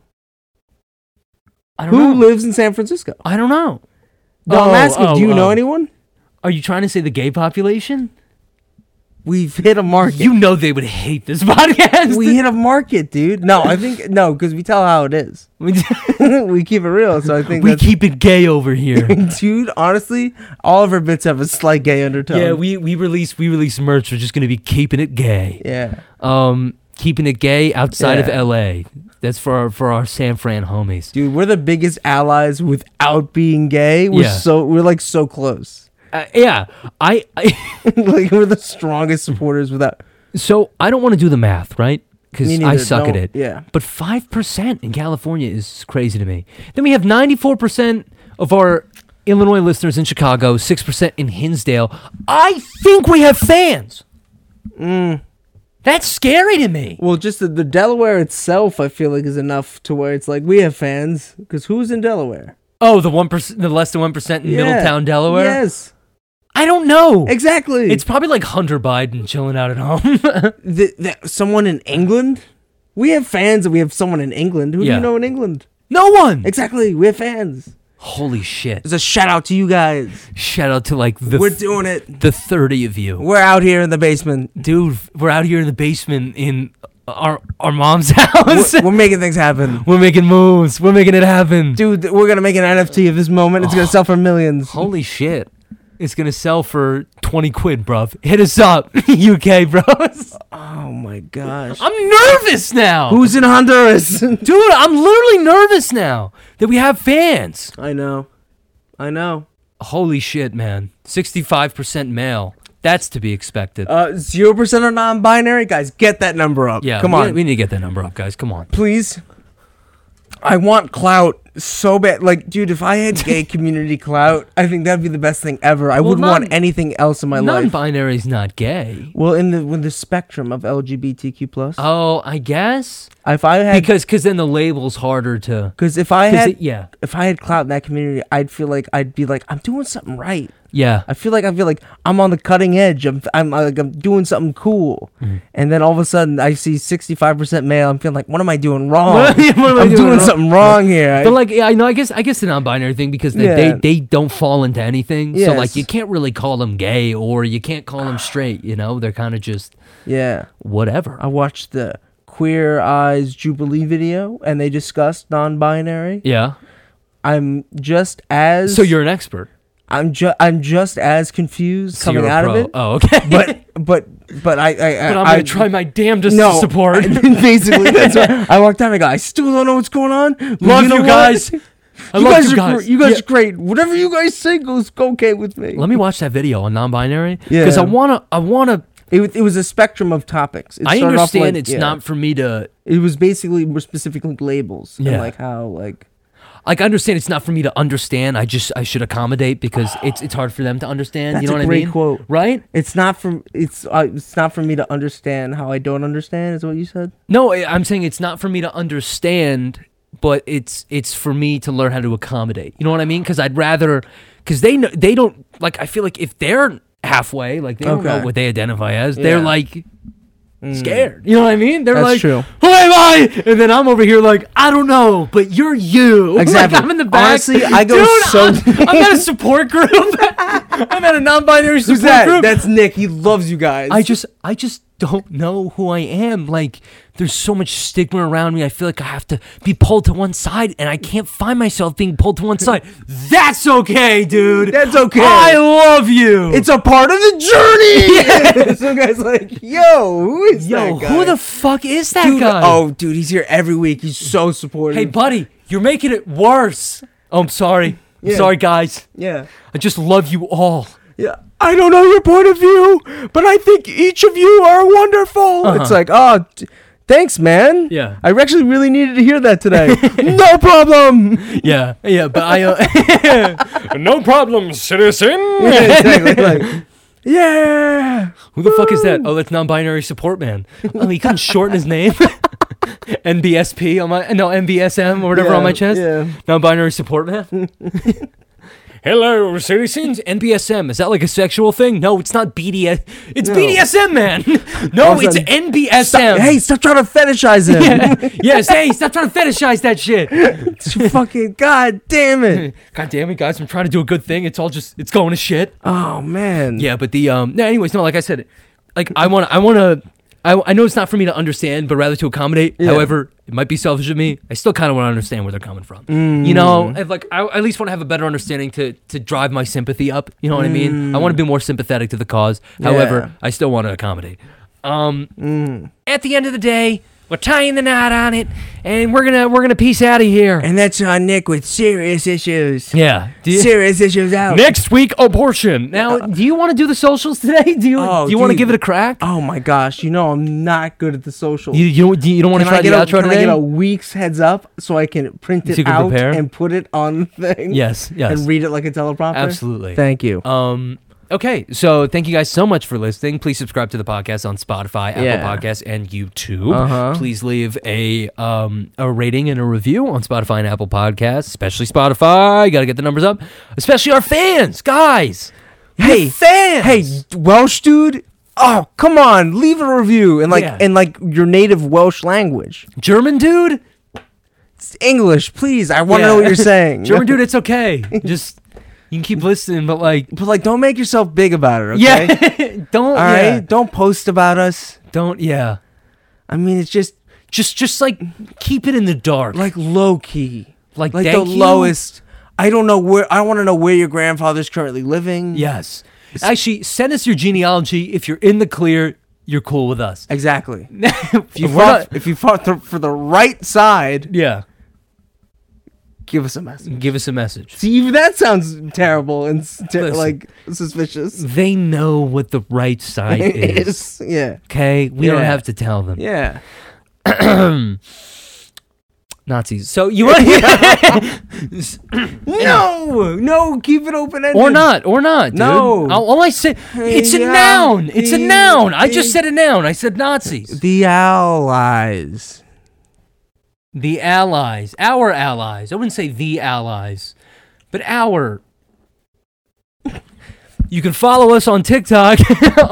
Speaker 2: I don't
Speaker 1: Who
Speaker 2: know.
Speaker 1: lives in San Francisco?
Speaker 2: I don't know.
Speaker 1: No,
Speaker 2: Oh,
Speaker 1: I'm asking.
Speaker 2: oh,
Speaker 1: do you know
Speaker 2: oh.
Speaker 1: anyone?
Speaker 2: Are you trying to say the gay population?
Speaker 1: We've hit a market.
Speaker 2: You know they would hate this podcast.
Speaker 1: we hit a market, dude. No, I think no, because we tell how it is.
Speaker 2: we,
Speaker 1: we keep it real, so I think
Speaker 2: we
Speaker 1: that's-
Speaker 2: keep it gay over here.
Speaker 1: Dude, honestly, all of our bits have a slight gay undertone.
Speaker 2: yeah, we we release we release merch. We're just gonna be keeping it gay.
Speaker 1: yeah.
Speaker 2: um, keeping it gay outside
Speaker 1: Yeah.
Speaker 2: of LA. That's for our, for our San Fran homies.
Speaker 1: Dude, we're the biggest allies without being gay. We're
Speaker 2: Yeah.
Speaker 1: so we're like so close.
Speaker 2: Uh, yeah, I, I
Speaker 1: like we're the strongest supporters without
Speaker 2: so I don't want to do the math, right?
Speaker 1: Me
Speaker 2: Because I
Speaker 1: neither,
Speaker 2: suck at
Speaker 1: don't-
Speaker 2: it.
Speaker 1: yeah.
Speaker 2: But five percent in California is crazy to me. Then we have ninety four percent of our Illinois listeners in Chicago, six percent in Hinsdale. I think we have fans. Mm. That's scary to me.
Speaker 1: Well, just the, the Delaware itself, I feel like, is enough to where it's like we have fans because who's in Delaware?
Speaker 2: Oh, the one percent, the less than one percent in
Speaker 1: Yeah.
Speaker 2: Middletown, Delaware.
Speaker 1: Yes,
Speaker 2: I don't know.
Speaker 1: exactly.
Speaker 2: It's probably like Hunter Biden chilling out at home.
Speaker 1: th- that someone in England. We have fans, and we have someone in England. Who do
Speaker 2: Yeah.
Speaker 1: you know in England?
Speaker 2: no one.
Speaker 1: Exactly, we have fans.
Speaker 2: Holy shit!
Speaker 1: It's a shout out to you guys.
Speaker 2: Shout out to like the
Speaker 1: We're doing it.
Speaker 2: the thirty of you,
Speaker 1: We're out here in the basement.
Speaker 2: dude. We're out here in the basement in our our mom's house.
Speaker 1: We're,
Speaker 2: We're,
Speaker 1: we're making things happen.
Speaker 2: making moves. We're making it happen.
Speaker 1: Dude, th- we're gonna make an NFT of this moment. It's gonna sell for millions.
Speaker 2: Holy shit! It's gonna sell for twenty quid, bruv. Hit us up, UK bros.
Speaker 1: Oh my gosh.
Speaker 2: I'm nervous now,
Speaker 1: Who's in Honduras?
Speaker 2: dude. I'm literally nervous now that we have fans.
Speaker 1: I know. I know.
Speaker 2: Holy shit, man. Sixty-five percent male. That's to be expected.
Speaker 1: Uh, zero percent are non-binary guys. Get that number up.
Speaker 2: Yeah,
Speaker 1: come
Speaker 2: we-
Speaker 1: on,
Speaker 2: We need to get that number up, guys. Come on.
Speaker 1: please. I want clout so bad. Like, dude, if I had gay community clout, I think that'd be the best thing ever. I
Speaker 2: Well,
Speaker 1: wouldn't want
Speaker 2: non-
Speaker 1: anything else in my life.
Speaker 2: Non-binary is not gay.
Speaker 1: well, in the with the spectrum of LGBTQ plus,
Speaker 2: Oh, I guess
Speaker 1: if I had
Speaker 2: because because then the label's harder to.
Speaker 1: because if I
Speaker 2: 'cause
Speaker 1: had
Speaker 2: it- yeah,
Speaker 1: if I had clout in that community, I'd feel like I'd be like I'm doing something right.
Speaker 2: yeah.
Speaker 1: I feel like I feel like I'm on the cutting edge. I'm I'm uh, like I'm doing something cool,
Speaker 2: Mm-hmm.
Speaker 1: and then all of a sudden I see 65% male. I'm feeling like, what am I doing wrong?
Speaker 2: What am I
Speaker 1: I'm
Speaker 2: doing
Speaker 1: doing,
Speaker 2: wrong?
Speaker 1: something wrong here.
Speaker 2: But like, yeah, I know. I guess I guess the non-binary thing because they they,
Speaker 1: Yeah.
Speaker 2: they don't fall into anything. So like,
Speaker 1: Yes.
Speaker 2: you can't really call them gay or you can't call them straight. You know, they're kind of just
Speaker 1: yeah,
Speaker 2: whatever.
Speaker 1: I watched the Queer Eyes Jubilee video, and they discussed non-binary.
Speaker 2: yeah.
Speaker 1: I'm just as
Speaker 2: So you're an expert.
Speaker 1: I'm just I'm just as confused
Speaker 2: So
Speaker 1: coming
Speaker 2: you're a
Speaker 1: out
Speaker 2: pro.
Speaker 1: of it.
Speaker 2: Oh, okay.
Speaker 1: But but but I I, I
Speaker 2: but I'm gonna
Speaker 1: I-
Speaker 2: try my damnedest
Speaker 1: No,
Speaker 2: to support.
Speaker 1: basically, that's why I walked out. and I go, I still don't know what's going on. but
Speaker 2: love
Speaker 1: know
Speaker 2: you
Speaker 1: what?
Speaker 2: guys. I
Speaker 1: you
Speaker 2: love
Speaker 1: guys
Speaker 2: you
Speaker 1: are
Speaker 2: guys.
Speaker 1: gr- you guys
Speaker 2: Yeah.
Speaker 1: are great. Whatever you guys say goes okay with me.
Speaker 2: Let me watch that video on non-binary
Speaker 1: Yeah.
Speaker 2: because I wanna I wanna
Speaker 1: it, wa- it was a spectrum of topics. It
Speaker 2: I
Speaker 1: started off
Speaker 2: understand
Speaker 1: like-
Speaker 2: it's
Speaker 1: yeah.
Speaker 2: not for me to.
Speaker 1: It was basically more specifically labels
Speaker 2: Yeah.
Speaker 1: and like how like
Speaker 2: like I understand it's not for me to understand. I just I should accommodate because it's it's hard for them to understand.
Speaker 1: That's
Speaker 2: you
Speaker 1: a
Speaker 2: know what
Speaker 1: great
Speaker 2: I mean?
Speaker 1: quote.
Speaker 2: Right?
Speaker 1: It's not for it's uh, it's not for me to understand how I don't understand. Is what you said?
Speaker 2: No, I- I'm saying it's not for me to understand, but it's it's for me to learn how to accommodate. You know what I mean? Because I'd rather because they know they don't like. I feel like if they're halfway, like they don't know
Speaker 1: Okay.
Speaker 2: what they identify as, they're
Speaker 1: Yeah. Mm.
Speaker 2: like scared. You know what I mean? They're
Speaker 1: That's
Speaker 2: like,
Speaker 1: true.
Speaker 2: "Who am I?" And then I'm over here like, "I don't know, but you're you."
Speaker 1: Exactly.
Speaker 2: Like, I'm in the back.
Speaker 1: Honestly, I go
Speaker 2: Dude,
Speaker 1: so-
Speaker 2: I'm, I'm at a support group. I'm at a non-binary support
Speaker 1: Who's that?
Speaker 2: group.
Speaker 1: That's Nick. He loves you guys.
Speaker 2: I just I just don't know who I am. Like there's so much stigma around me. I feel like I have to be pulled to one side and I can't find myself being pulled to one side. That's okay, dude.
Speaker 1: That's okay.
Speaker 2: I love you.
Speaker 1: It's a part of the journey. Some guy's like, yo, who is
Speaker 2: Yo,
Speaker 1: that guy?
Speaker 2: who the fuck is that
Speaker 1: dude,
Speaker 2: guy?
Speaker 1: Oh, dude, he's here every week. He's so supportive.
Speaker 2: Hey buddy, you're making it worse. Oh, I'm sorry. I'm
Speaker 1: Yeah.
Speaker 2: sorry guys.
Speaker 1: yeah,
Speaker 2: I just love you all.
Speaker 1: yeah. I don't know your point of view, but I think each of you are wonderful. It's like, oh, t- thanks, man.
Speaker 2: Uh-huh. Yeah.
Speaker 1: I actually really needed to hear that today. no problem.
Speaker 2: Yeah. Yeah, but I uh, No problem, citizen.
Speaker 1: Yeah, exactly. Like, yeah.
Speaker 2: Who the fuck is that? Oh, that's non-binary support man. Oh, he couldn't shorten his name. NBSP on my no NBSM or whatever on my
Speaker 1: Yeah,
Speaker 2: chest.
Speaker 1: yeah.
Speaker 2: Non-binary support man. Hello, citizens. NBSM is that like a sexual thing? No, it's not BDS. It's BDSM man.
Speaker 1: All
Speaker 2: No,
Speaker 1: of a
Speaker 2: it's
Speaker 1: sudden-
Speaker 2: NBSM.
Speaker 1: Hey, stop trying to fetishize him.
Speaker 2: yes, hey, stop trying to fetishize that shit.
Speaker 1: fucking god damn it.
Speaker 2: God damn it, guys! I'm trying to do a good thing. It's all just it's going to shit.
Speaker 1: Oh man.
Speaker 2: Yeah, but the um. No, anyways, no. Like I said, like I want to. I want to. I, I know it's not for me to understand, but rather to accommodate. However, it might be selfish of me. I still kind of want to understand where they're coming from. You know,
Speaker 1: Mm.
Speaker 2: I've, like I I at least want to have a better understanding to to drive my sympathy up. You know what I mean? I want to be more sympathetic to the cause.
Speaker 1: Yeah. Mm.
Speaker 2: However, I still want to accommodate. Um, at the end of the day, we're tying the knot on it, and we're gonna we're gonna peace out of here.
Speaker 1: And that's on Nick with serious issues.
Speaker 2: yeah. Do you-
Speaker 1: Serious issues out.
Speaker 2: Next week, abortion. Now, do you want to do the socials today? Do you
Speaker 1: Oh,
Speaker 2: do you want to
Speaker 1: dude.
Speaker 2: give it a crack?
Speaker 1: Oh my gosh, you know I'm not good at the social.
Speaker 2: You you, do you don't want to
Speaker 1: can I,
Speaker 2: try the
Speaker 1: get a,
Speaker 2: outro
Speaker 1: can I get
Speaker 2: today?
Speaker 1: a week's heads up so I can print it
Speaker 2: you can
Speaker 1: out
Speaker 2: prepare?
Speaker 1: and put it on the thing?
Speaker 2: Yes, yes.
Speaker 1: And read it like a teleprompter?
Speaker 2: Absolutely.
Speaker 1: Thank you.
Speaker 2: um. Okay, so thank you guys so much for listening. Please subscribe to the podcast on Spotify, Apple
Speaker 1: Yeah. Uh-huh.
Speaker 2: Podcasts, and YouTube. Please leave a um, a rating and a review on Spotify and Apple Podcasts, especially Spotify. Got to get the numbers up, especially our fans, guys.
Speaker 1: hey,
Speaker 2: Your fans.
Speaker 1: hey, Welsh dude. Oh, come on, leave a review in like
Speaker 2: Yeah.
Speaker 1: in like your native Welsh language.
Speaker 2: German dude.
Speaker 1: It's English, please. I want to know
Speaker 2: Yeah.
Speaker 1: what you're saying.
Speaker 2: German dude, it's okay. Just you can keep listening, but like,
Speaker 1: But like don't make yourself big about it, okay?
Speaker 2: yeah, don't,
Speaker 1: All right?
Speaker 2: yeah.
Speaker 1: Don't post about us.
Speaker 2: don't, yeah.
Speaker 1: I mean, it's just
Speaker 2: Just, just like keep it in the dark.
Speaker 1: like low key,
Speaker 2: Like,
Speaker 1: like the
Speaker 2: thank you?
Speaker 1: lowest. I don't know where. I want to know where your grandfather's currently living.
Speaker 2: Yes. Actually, send us your genealogy. If you're in the clear, you're cool with us.
Speaker 1: exactly.
Speaker 2: if you
Speaker 1: If, we're not- if you fought th- for the right side,
Speaker 2: yeah,
Speaker 1: give us a message.
Speaker 2: give us a message.
Speaker 1: See, even that sounds terrible and s- ter-
Speaker 2: Listen.
Speaker 1: like suspicious.
Speaker 2: They know what the right side
Speaker 1: It
Speaker 2: is.
Speaker 1: is. Yeah.
Speaker 2: Okay, we don't
Speaker 1: Yeah.
Speaker 2: have to tell them.
Speaker 1: Yeah.
Speaker 2: Nazis. So you want
Speaker 1: No, no, keep it open ended.
Speaker 2: or not or not? Dude.
Speaker 1: No.
Speaker 2: All, all I said, it's a
Speaker 1: Yeah.
Speaker 2: noun. It's a
Speaker 1: The-
Speaker 2: noun. I just
Speaker 1: the-
Speaker 2: said a noun. I said Nazis.
Speaker 1: The allies.
Speaker 2: The allies, our allies. I wouldn't say the allies, but our. You can follow us on TikTok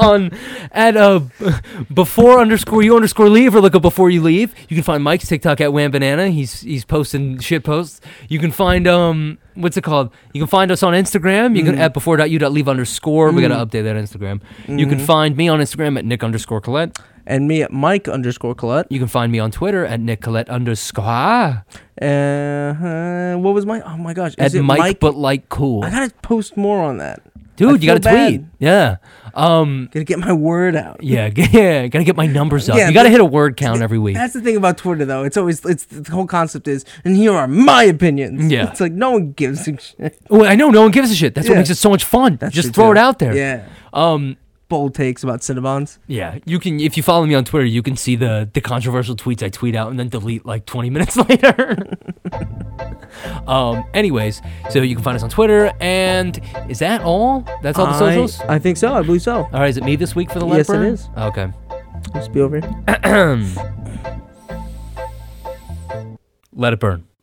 Speaker 2: on at uh, b- before underscore you underscore leave or look up before you leave. You can find Mike's TikTok at Wham Banana. He's he's posting shit posts. You can find um what's it called? You can find us on Instagram. You can at before.u.leave underscore. We gotta update that Instagram. You can find me on Instagram at Nick underscore Colette.
Speaker 1: And me at Mike underscore Collette.
Speaker 2: You can find me on Twitter at Nick Colette underscore.
Speaker 1: Uh, what was my? Oh my gosh!
Speaker 2: at
Speaker 1: Is it
Speaker 2: Mike, but like cool.
Speaker 1: I gotta post more on that,
Speaker 2: Dude, you
Speaker 1: feel
Speaker 2: got to tweet.
Speaker 1: bad.
Speaker 2: Yeah. Um
Speaker 1: Gotta get my word out.
Speaker 2: yeah, yeah, got to get my numbers up.
Speaker 1: Yeah,
Speaker 2: you got to
Speaker 1: but-
Speaker 2: hit a word count every week.
Speaker 1: That's the thing about Twitter, though. It's always it's the whole concept is, and here are my opinions.
Speaker 2: Yeah.
Speaker 1: it's like no one gives a shit.
Speaker 2: Well, I know no one gives a shit. That's what
Speaker 1: Yeah.
Speaker 2: makes it so much fun.
Speaker 1: That's
Speaker 2: Just
Speaker 1: true,
Speaker 2: throw it
Speaker 1: too.
Speaker 2: out there.
Speaker 1: Yeah,
Speaker 2: Um
Speaker 1: bold takes about Cinnabons.
Speaker 2: yeah, you can if you follow me on Twitter, you can see the the controversial tweets I tweet out and then delete like 20 minutes later. Um, anyways, so you can find us on Twitter. And is that all? That's all the
Speaker 1: I-
Speaker 2: socials?
Speaker 1: I, think so. I believe so.
Speaker 2: all right, is it me this week for the
Speaker 1: Yes, it
Speaker 2: leopard?
Speaker 1: is.
Speaker 2: Okay.
Speaker 1: Let's be over. here.
Speaker 2: Let it burn.